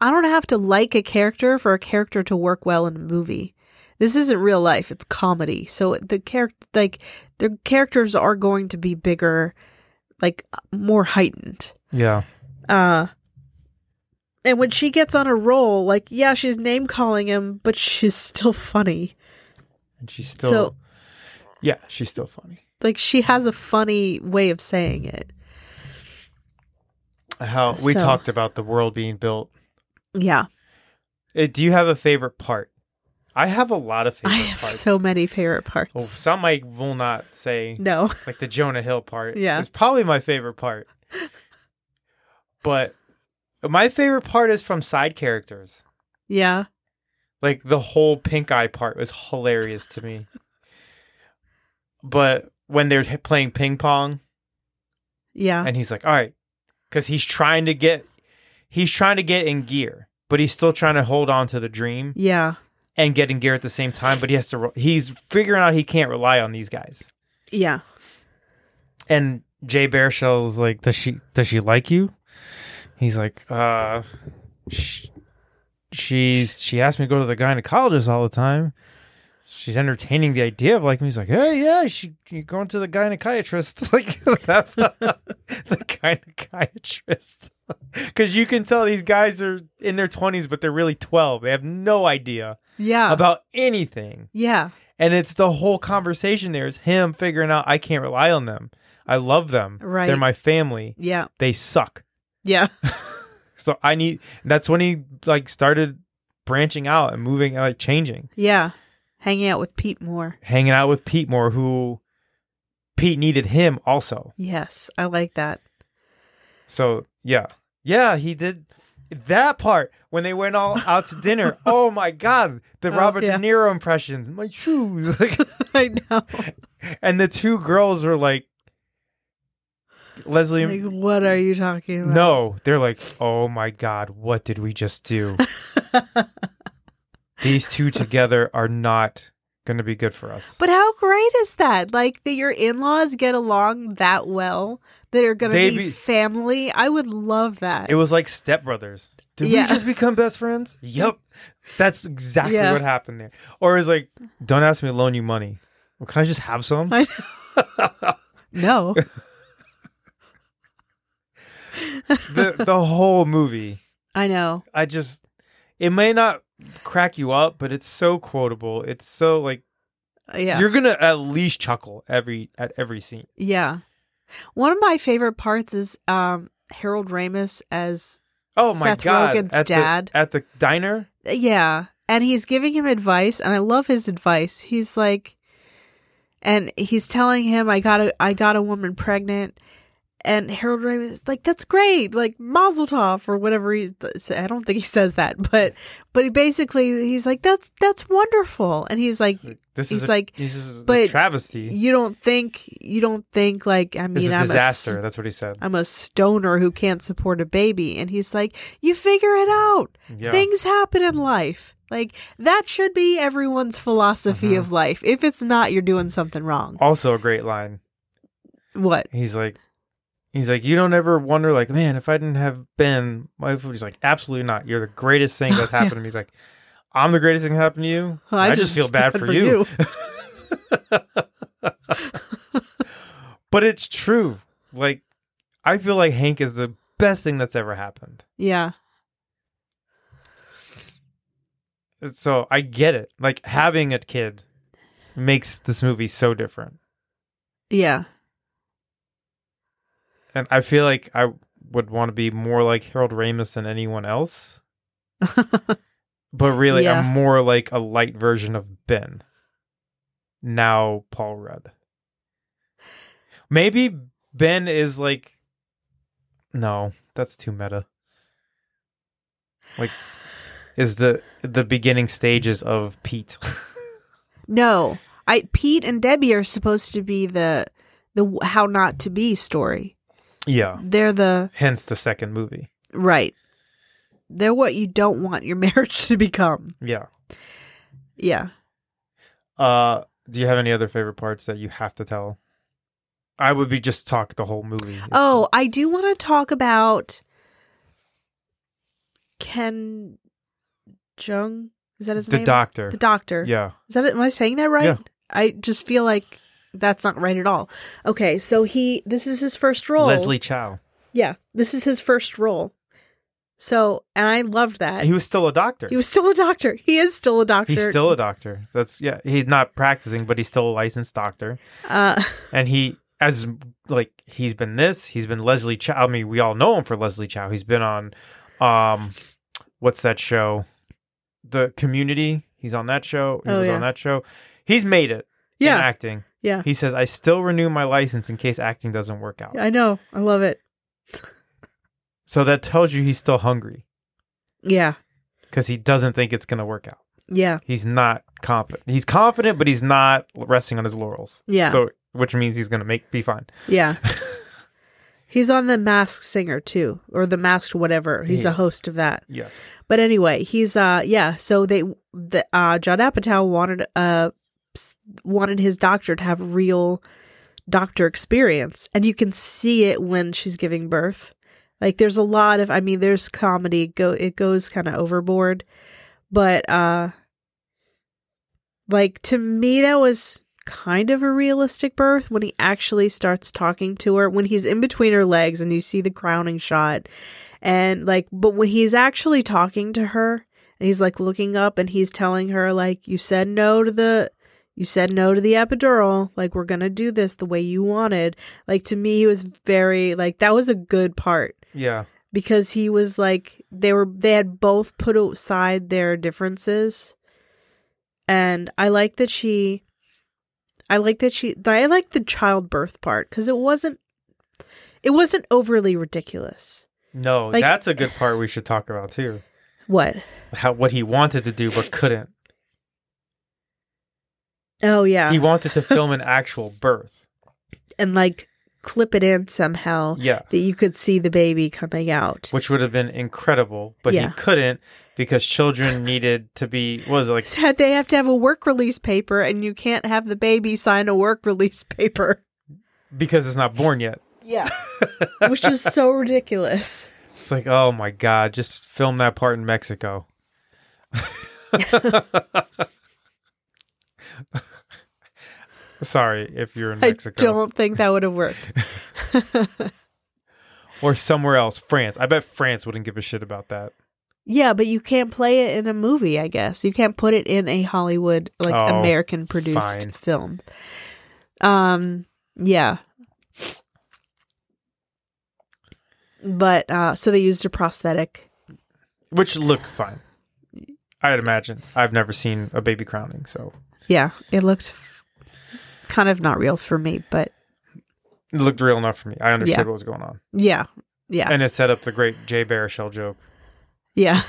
[SPEAKER 2] I don't have to like a character for a character to work well in a movie. This isn't real life; it's comedy. So the character, like the characters, are going to be bigger, like more heightened.
[SPEAKER 1] Yeah.
[SPEAKER 2] Uh and when she gets on a roll, like yeah, she's name calling him, but she's still funny.
[SPEAKER 1] And she's still.
[SPEAKER 2] So-
[SPEAKER 1] yeah, she's still funny.
[SPEAKER 2] like she has a funny way of saying it.
[SPEAKER 1] How we
[SPEAKER 2] So-
[SPEAKER 1] talked about the world being built.
[SPEAKER 2] Yeah,
[SPEAKER 1] Uh, do you have a favorite part? I have a lot of
[SPEAKER 2] I
[SPEAKER 1] favorite
[SPEAKER 2] have
[SPEAKER 1] parts. Oh,
[SPEAKER 2] so many favorite parts.
[SPEAKER 1] Well, some I will not say,
[SPEAKER 2] No, *laughs*
[SPEAKER 1] like the Jonah Hill part.
[SPEAKER 2] Yeah.
[SPEAKER 1] It's probably my favorite part. but my favorite part is from side characters.
[SPEAKER 2] yeah,
[SPEAKER 1] Like the whole pink eye part was hilarious to me. But when they're h- playing ping pong
[SPEAKER 2] yeah,
[SPEAKER 1] and he's like, "All right." Cuz he's trying to get he's trying to get in gear, but he's still trying to hold on to the dream
[SPEAKER 2] yeah,
[SPEAKER 1] and get in gear at the same time, but he has to re- he's figuring out he can't rely on these guys.
[SPEAKER 2] yeah,
[SPEAKER 1] and Jay Baruchel's like, does she does she like you? He's like, uh, sh- she's she asked me to go to the gynecologist all the time. She's entertaining the idea of like me. He's like, hey, yeah, she you're going to the gynecologist, *laughs* like that, the *laughs* gynecologist, *laughs* because you can tell these guys are in their twenties, but they're really twelve. They have no idea
[SPEAKER 2] yeah,
[SPEAKER 1] about anything.
[SPEAKER 2] yeah,
[SPEAKER 1] And it's the whole conversation there is him figuring out I can't rely on them. I love them.
[SPEAKER 2] Right.
[SPEAKER 1] They're my family.
[SPEAKER 2] yeah,
[SPEAKER 1] They suck.
[SPEAKER 2] yeah,
[SPEAKER 1] So I need that's when he like started branching out and moving like changing.
[SPEAKER 2] yeah. Hanging out with Pete Moore.
[SPEAKER 1] Hanging out with Pete more who Pete needed him also.
[SPEAKER 2] Yes, I like that. *laughs*
[SPEAKER 1] So yeah. Yeah, he did that part when they went all out to
[SPEAKER 2] *laughs*
[SPEAKER 1] dinner. oh my god, the
[SPEAKER 2] Oh,
[SPEAKER 1] Robert
[SPEAKER 2] yeah.
[SPEAKER 1] De Niro impressions. My shoes. *laughs* Like
[SPEAKER 2] I know.
[SPEAKER 1] and the two girls were like Leslie
[SPEAKER 2] Like, what are you talking about?
[SPEAKER 1] No, they're like, oh my God, what did we just
[SPEAKER 2] *laughs*
[SPEAKER 1] do? These two together are not going to be good for us.
[SPEAKER 2] But how great is that? Like that your in-laws get along that well that are going to
[SPEAKER 1] They
[SPEAKER 2] be,
[SPEAKER 1] be-
[SPEAKER 2] family. I would love that.
[SPEAKER 1] it was like stepbrothers. Did
[SPEAKER 2] Yeah.
[SPEAKER 1] we just become best
[SPEAKER 2] *laughs*
[SPEAKER 1] friends? Yep. That's exactly
[SPEAKER 2] Yeah.
[SPEAKER 1] what happened there. Or it's like, don't ask me to loan you money. Well, can I just have
[SPEAKER 2] *laughs*
[SPEAKER 1] some?
[SPEAKER 2] I no. *laughs*
[SPEAKER 1] the, the whole movie.
[SPEAKER 2] I know.
[SPEAKER 1] I just, it may not crack you up, but it's so quotable. It's so like,
[SPEAKER 2] Yeah.
[SPEAKER 1] you're going to at least chuckle every at every scene.
[SPEAKER 2] Yeah. One of my favorite parts is um Harold Ramis as
[SPEAKER 1] Oh my
[SPEAKER 2] Seth
[SPEAKER 1] god!
[SPEAKER 2] Rogen's
[SPEAKER 1] at
[SPEAKER 2] dad.
[SPEAKER 1] the, at the diner.
[SPEAKER 2] yeah, and he's giving him advice and I love his advice. He's like and he's telling him I got a I got a woman pregnant And Harold Ramis is like, that's great, like Mazel Tov or whatever he. I don't think he says that, but but he basically he's like, that's that's wonderful, and he's like,
[SPEAKER 1] This
[SPEAKER 2] He's
[SPEAKER 1] is a-
[SPEAKER 2] like,
[SPEAKER 1] this is a
[SPEAKER 2] but
[SPEAKER 1] travesty.
[SPEAKER 2] you don't think you don't think like I
[SPEAKER 1] It's
[SPEAKER 2] mean
[SPEAKER 1] a
[SPEAKER 2] I'm
[SPEAKER 1] disaster. That's what he said.
[SPEAKER 2] i I'm a stoner who can't support a baby, and he's like, you figure it out.
[SPEAKER 1] Yeah.
[SPEAKER 2] Things happen in life. Like that should be everyone's philosophy
[SPEAKER 1] Uh-huh.
[SPEAKER 2] of life. If it's not, you're doing something wrong.
[SPEAKER 1] also a great line.
[SPEAKER 2] What?
[SPEAKER 1] He's like, he's like, you don't ever wonder, like, man, if I didn't have Ben, my wife would. He's like, absolutely not. You're the greatest thing
[SPEAKER 2] *laughs*
[SPEAKER 1] that happened to me. He's like, I'm the greatest thing that happened to you. I, just,
[SPEAKER 2] *laughs*
[SPEAKER 1] feel bad, for, you. *laughs*
[SPEAKER 2] *laughs*
[SPEAKER 1] But it's true. Like, I feel like Hank is the best thing that's ever happened.
[SPEAKER 2] Yeah.
[SPEAKER 1] So I get it. Like having a kid makes this movie so different.
[SPEAKER 2] Yeah. *laughs*
[SPEAKER 1] And I feel like I would want to be more like Harold Ramis than anyone else. But really, I'm
[SPEAKER 2] Yeah.
[SPEAKER 1] more like a light version of Ben. Now, Paul Rudd. Maybe Ben is like. No, that's too meta. Like, is the the beginning stages of Pete? *laughs*
[SPEAKER 2] No. I Pete and Debbie are supposed to be the the how not to be story.
[SPEAKER 1] yeah.
[SPEAKER 2] They're the
[SPEAKER 1] Hence the second movie.
[SPEAKER 2] right. They're what you don't want your *laughs* marriage to become.
[SPEAKER 1] Yeah.
[SPEAKER 2] Yeah.
[SPEAKER 1] Uh, do you have any other favorite parts that you have to tell? I would be just talk the whole movie.
[SPEAKER 2] Oh, I do want to talk about Ken Jung. Is that his
[SPEAKER 1] the
[SPEAKER 2] name?
[SPEAKER 1] doctor.
[SPEAKER 2] The doctor.
[SPEAKER 1] Yeah.
[SPEAKER 2] Is that it? Am I saying that right?
[SPEAKER 1] Yeah.
[SPEAKER 2] I just feel like that's not right at all. Okay, so he this is his first role.
[SPEAKER 1] Leslie Chow.
[SPEAKER 2] Yeah, this is his first role. So, and I loved that.
[SPEAKER 1] He was still a doctor.
[SPEAKER 2] He was still a doctor. He is still a doctor.
[SPEAKER 1] He's still a doctor. That's yeah. He's not practicing, but he's still a licensed doctor.
[SPEAKER 2] Uh, *laughs*
[SPEAKER 1] And he, as like, he's been this. He's been Leslie Chow. I mean, we all know him for Leslie Chow. He's been on, um, what's that show? The Community. He's on that show. He
[SPEAKER 2] Oh,
[SPEAKER 1] was
[SPEAKER 2] yeah.
[SPEAKER 1] on that show. He's made it. in
[SPEAKER 2] yeah,
[SPEAKER 1] acting.
[SPEAKER 2] yeah.
[SPEAKER 1] He says, "I still renew my license in case acting doesn't work out."
[SPEAKER 2] I know. I love it.
[SPEAKER 1] So that tells you he's still hungry
[SPEAKER 2] Yeah,
[SPEAKER 1] because he doesn't think it's going to work out.
[SPEAKER 2] yeah,
[SPEAKER 1] He's not confident. He's confident, but he's not resting on his laurels.
[SPEAKER 2] Yeah.
[SPEAKER 1] So which means he's going to make be fine.
[SPEAKER 2] yeah. *laughs* He's on the Masked Singer too, or the Masked whatever. He's
[SPEAKER 1] He
[SPEAKER 2] a
[SPEAKER 1] is.
[SPEAKER 2] host of that.
[SPEAKER 1] Yes.
[SPEAKER 2] But anyway, he's uh yeah. So they the uh John Apatow wanted uh s- wanted his doctor to have real doctor experience, and you can see it when she's giving birth. Like there's a lot of I mean there's comedy go it goes kind of overboard, but uh like to me that was kind of a realistic birth when he actually starts talking to her when he's in between her legs and you see the crowning shot and like but when he's actually talking to her and he's like looking up and he's telling her like you said no to the you said no to the epidural like we're gonna do this the way you wanted like to me he was very like that was a good part
[SPEAKER 1] Yeah.
[SPEAKER 2] because he was like they were they had both put aside their differences and i like that she i like that she i like the childbirth part because it wasn't it wasn't overly ridiculous
[SPEAKER 1] No,
[SPEAKER 2] Like- eh
[SPEAKER 1] that's a good part we should talk about too.
[SPEAKER 2] what
[SPEAKER 1] How what he wanted to do but couldn't.
[SPEAKER 2] oh yeah
[SPEAKER 1] He wanted to film an actual
[SPEAKER 2] *laughs*
[SPEAKER 1] birth.
[SPEAKER 2] and like clip it in somehow
[SPEAKER 1] Yeah.
[SPEAKER 2] that you could see the baby coming out
[SPEAKER 1] Which would have been incredible, but
[SPEAKER 2] Yeah.
[SPEAKER 1] he couldn't because children needed to be what was it like
[SPEAKER 2] Said they have to have a work release paper and you can't have the baby sign a work release paper
[SPEAKER 1] because it's not born yet.
[SPEAKER 2] yeah *laughs* which is so ridiculous
[SPEAKER 1] It's like, oh my god, just film that part in Mexico. *laughs* Sorry if you're in Mexico
[SPEAKER 2] I don't think that would have
[SPEAKER 1] *laughs*
[SPEAKER 2] worked.
[SPEAKER 1] or somewhere else, France. I bet France wouldn't give a shit about that.
[SPEAKER 2] Yeah, but you can't play it in a movie, I guess. You can't put it in a Hollywood like
[SPEAKER 1] Oh,
[SPEAKER 2] American produced
[SPEAKER 1] fine.
[SPEAKER 2] film. Um yeah. But uh so they used a prosthetic.
[SPEAKER 1] Which looked fine. I'd imagine. I've never seen a baby crowning, so
[SPEAKER 2] Yeah, it looked f- kind of not real for me, but
[SPEAKER 1] It looked real enough for me. I understood
[SPEAKER 2] Yeah.
[SPEAKER 1] what was going on.
[SPEAKER 2] Yeah. Yeah.
[SPEAKER 1] And it set up the great Jay Baruchel joke. *laughs*
[SPEAKER 2] yeah.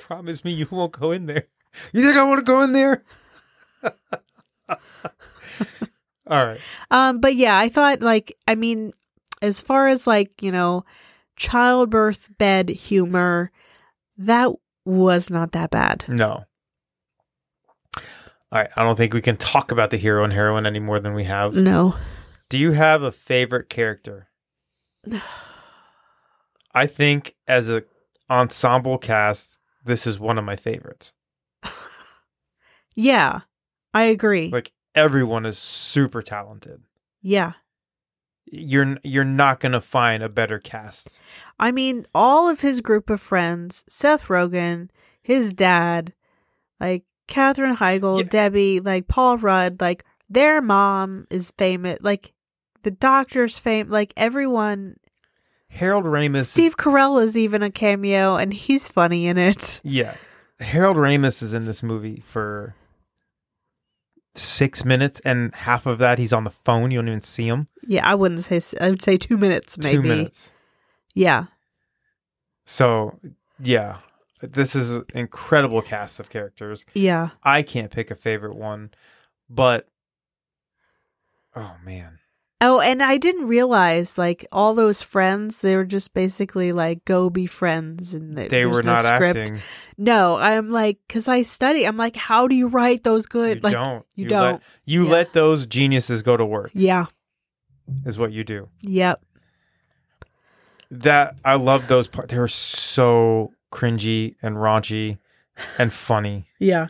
[SPEAKER 1] Promise me you won't go in there. You think I want to go in there? *laughs* All right.
[SPEAKER 2] Um, but yeah, I thought like I mean, as far as like you know, childbirth bed humor, that was not that bad.
[SPEAKER 1] No. All right. I don't think we can talk about the hero and heroine any more than we have.
[SPEAKER 2] No,
[SPEAKER 1] Do you have a favorite
[SPEAKER 2] *sighs*
[SPEAKER 1] character? I think as a ensemble cast, this is one of my favorites.
[SPEAKER 2] yeah, I agree.
[SPEAKER 1] Like everyone is super talented.
[SPEAKER 2] yeah,
[SPEAKER 1] You're you're not gonna find a better cast.
[SPEAKER 2] I mean, all of his group of friends, Seth Rogen, his dad, like Katherine Heigl,
[SPEAKER 1] Yeah.
[SPEAKER 2] Debbie, like Paul Rudd, like their mom is famous, like the doctor's famous, like everyone.
[SPEAKER 1] Harold Ramis. is-
[SPEAKER 2] Steve Carell is even a cameo, and he's funny in it.
[SPEAKER 1] yeah, Harold Ramis is in this movie for six minutes, and half of that he's on the phone. You don't even see him.
[SPEAKER 2] Yeah, I wouldn't say. s- I would say two minutes, maybe.
[SPEAKER 1] Two minutes.
[SPEAKER 2] Yeah,
[SPEAKER 1] So yeah, this is an incredible cast of characters.
[SPEAKER 2] yeah,
[SPEAKER 1] I can't pick a favorite one, but oh man,
[SPEAKER 2] Oh, and I didn't realize like all those friends, they were just basically like go be friends and they,
[SPEAKER 1] they
[SPEAKER 2] there's
[SPEAKER 1] were
[SPEAKER 2] no
[SPEAKER 1] not
[SPEAKER 2] script.
[SPEAKER 1] acting.
[SPEAKER 2] No, I'm like cuz I study, I'm like how do you write those good
[SPEAKER 1] you
[SPEAKER 2] like
[SPEAKER 1] don't.
[SPEAKER 2] you
[SPEAKER 1] Let,
[SPEAKER 2] don't.
[SPEAKER 1] you
[SPEAKER 2] Yeah.
[SPEAKER 1] let those geniuses go to work
[SPEAKER 2] yeah,
[SPEAKER 1] is what you do.
[SPEAKER 2] yep.
[SPEAKER 1] That I love those parts. They were so cringy and raunchy
[SPEAKER 2] *laughs*
[SPEAKER 1] and funny.
[SPEAKER 2] Yeah.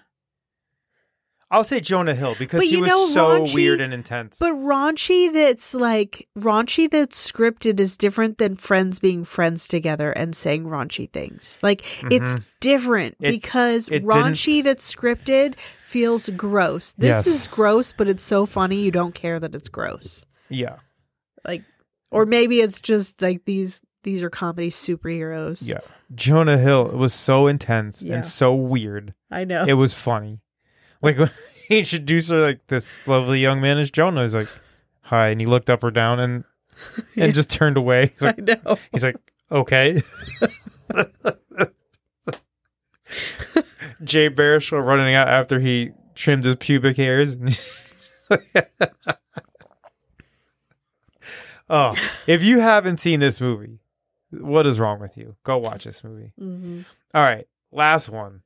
[SPEAKER 1] I'll say Jonah Hill because
[SPEAKER 2] But
[SPEAKER 1] he
[SPEAKER 2] you
[SPEAKER 1] was
[SPEAKER 2] know,
[SPEAKER 1] so
[SPEAKER 2] raunchy-
[SPEAKER 1] weird and intense.
[SPEAKER 2] But raunchy that's like raunchy that's scripted is different than friends being friends together and saying raunchy things. Like it's different
[SPEAKER 1] Mm-hmm. It-
[SPEAKER 2] because
[SPEAKER 1] it didn't-
[SPEAKER 2] raunchy that's scripted feels gross.
[SPEAKER 1] Yes.
[SPEAKER 2] This is gross, but it's so funny you don't care that it's gross.
[SPEAKER 1] yeah,
[SPEAKER 2] like or maybe it's just like these these are comedy superheroes
[SPEAKER 1] yeah. Jonah Hill was so intense
[SPEAKER 2] Yeah.
[SPEAKER 1] and so weird.
[SPEAKER 2] i know
[SPEAKER 1] it was funny. Like when *laughs* he introduced her, like this lovely young man is Jonah. He's like, "Hi," and he looked up or down and and just turned away. He's like,
[SPEAKER 2] *laughs* i know
[SPEAKER 1] he's like "Okay." Jay Baruchel running out after he trimmed his pubic hairs. *laughs* oh, if you haven't seen this movie, what is wrong with you? Go watch this movie. All right, last one.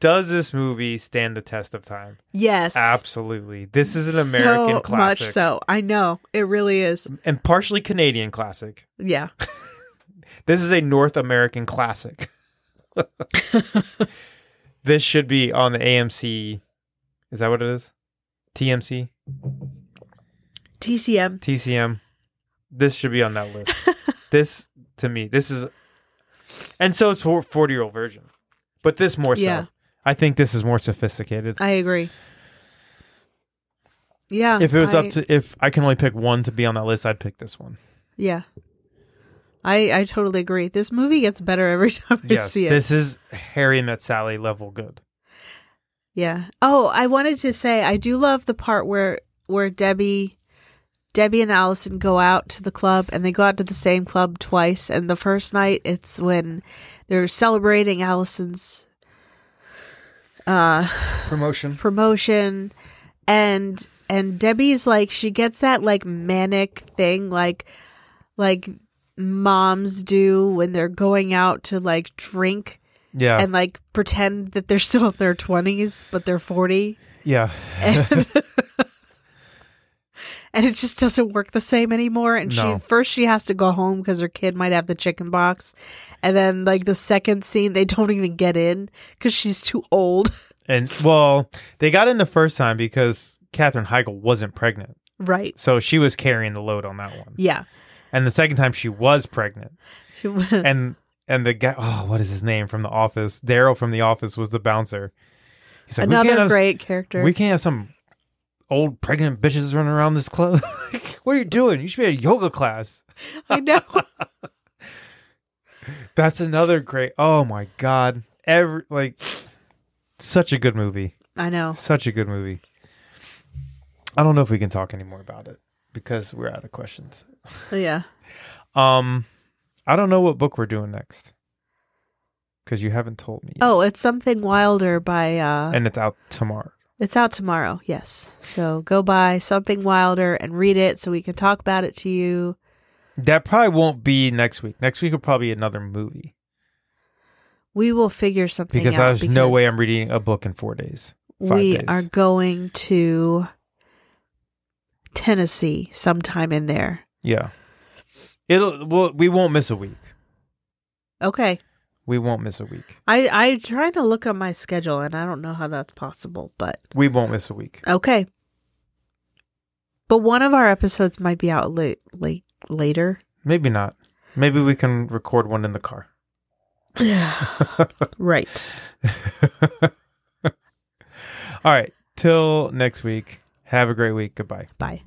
[SPEAKER 1] Does this movie stand the test of time?
[SPEAKER 2] yes
[SPEAKER 1] Absolutely. This is an American
[SPEAKER 2] so
[SPEAKER 1] classic
[SPEAKER 2] much so i know it really is
[SPEAKER 1] and partially Canadian classic.
[SPEAKER 2] yeah
[SPEAKER 1] This is a North American
[SPEAKER 2] *laughs*
[SPEAKER 1] classic. this should be on the AMC. Is that what it is? TMC?
[SPEAKER 2] tcm
[SPEAKER 1] TCM? This should be on that
[SPEAKER 2] *laughs*
[SPEAKER 1] list. this to me, this is and so it's for 40 year old version. But this more so.
[SPEAKER 2] Yeah.
[SPEAKER 1] I think this is more sophisticated.
[SPEAKER 2] i agree yeah
[SPEAKER 1] if it was
[SPEAKER 2] I-
[SPEAKER 1] up to if I can only pick one to be on that list, I'd pick this one.
[SPEAKER 2] yeah i i totally agree this movie gets better every *laughs* time i
[SPEAKER 1] Yes,
[SPEAKER 2] see it
[SPEAKER 1] this is Harry Met Sally level good.
[SPEAKER 2] Yeah. Oh, I wanted to say I do love the part where where Debbie Debbie and Allison go out to the club and they go out to the same club twice and the first night it's when they're celebrating Allison's uh
[SPEAKER 1] Promotion.
[SPEAKER 2] promotion and and Debbie's like she gets that like manic thing like like moms do when they're going out to like drink
[SPEAKER 1] Yeah,
[SPEAKER 2] and like pretend that they're still in their 20s but they're 40
[SPEAKER 1] yeah,
[SPEAKER 2] and, and it just doesn't work the same anymore and
[SPEAKER 1] No.
[SPEAKER 2] she first she has to go home because her kid might have the chicken box and then like the second scene they don't even get in because she's too old *laughs*
[SPEAKER 1] and well, they got in the first time because Katherine Heigl wasn't pregnant,
[SPEAKER 2] right
[SPEAKER 1] so she was carrying the load on that one.
[SPEAKER 2] yeah
[SPEAKER 1] And the second time, she was pregnant,
[SPEAKER 2] she,
[SPEAKER 1] and and the guy, oh, what is his name from The Office? Daryl from The Office was the bouncer. He's like, we can't
[SPEAKER 2] another
[SPEAKER 1] have,
[SPEAKER 2] great character
[SPEAKER 1] We can't have some old pregnant bitches running around this club. *laughs* Like, what are you doing? You should be at a yoga class.
[SPEAKER 2] *laughs* i know
[SPEAKER 1] That's another great. Oh my god! Every like, such a good movie.
[SPEAKER 2] i know
[SPEAKER 1] Such a good movie. I don't know if we can talk anymore about it. because we're out of questions. *laughs*
[SPEAKER 2] Yeah.
[SPEAKER 1] Um, I don't know what book we're doing next because you haven't told me. yet.
[SPEAKER 2] Oh, it's something wilder by uh
[SPEAKER 1] and it's out tomorrow.
[SPEAKER 2] it's out tomorrow. Yes. So go buy something wilder and read it so we can talk about it to you.
[SPEAKER 1] That probably won't be next week. Next week will probably be another movie
[SPEAKER 2] We will figure something
[SPEAKER 1] because
[SPEAKER 2] out
[SPEAKER 1] there's no
[SPEAKER 2] because
[SPEAKER 1] way I'm reading a book in four days. five
[SPEAKER 2] we
[SPEAKER 1] days.
[SPEAKER 2] are going to Tennessee sometime in there.
[SPEAKER 1] Yeah, it'll. Well, we won't miss a week.
[SPEAKER 2] Okay.
[SPEAKER 1] We won't miss a week.
[SPEAKER 2] I I trying to look at my schedule and I don't know how that's possible, but
[SPEAKER 1] We won't miss a week.
[SPEAKER 2] okay. But one of our episodes might be out late late
[SPEAKER 1] *laughs*
[SPEAKER 2] later.
[SPEAKER 1] Maybe not. Maybe we can record one in the car. *laughs*
[SPEAKER 2] right.
[SPEAKER 1] All right. Till next week. Have a great week. Goodbye.
[SPEAKER 2] Bye.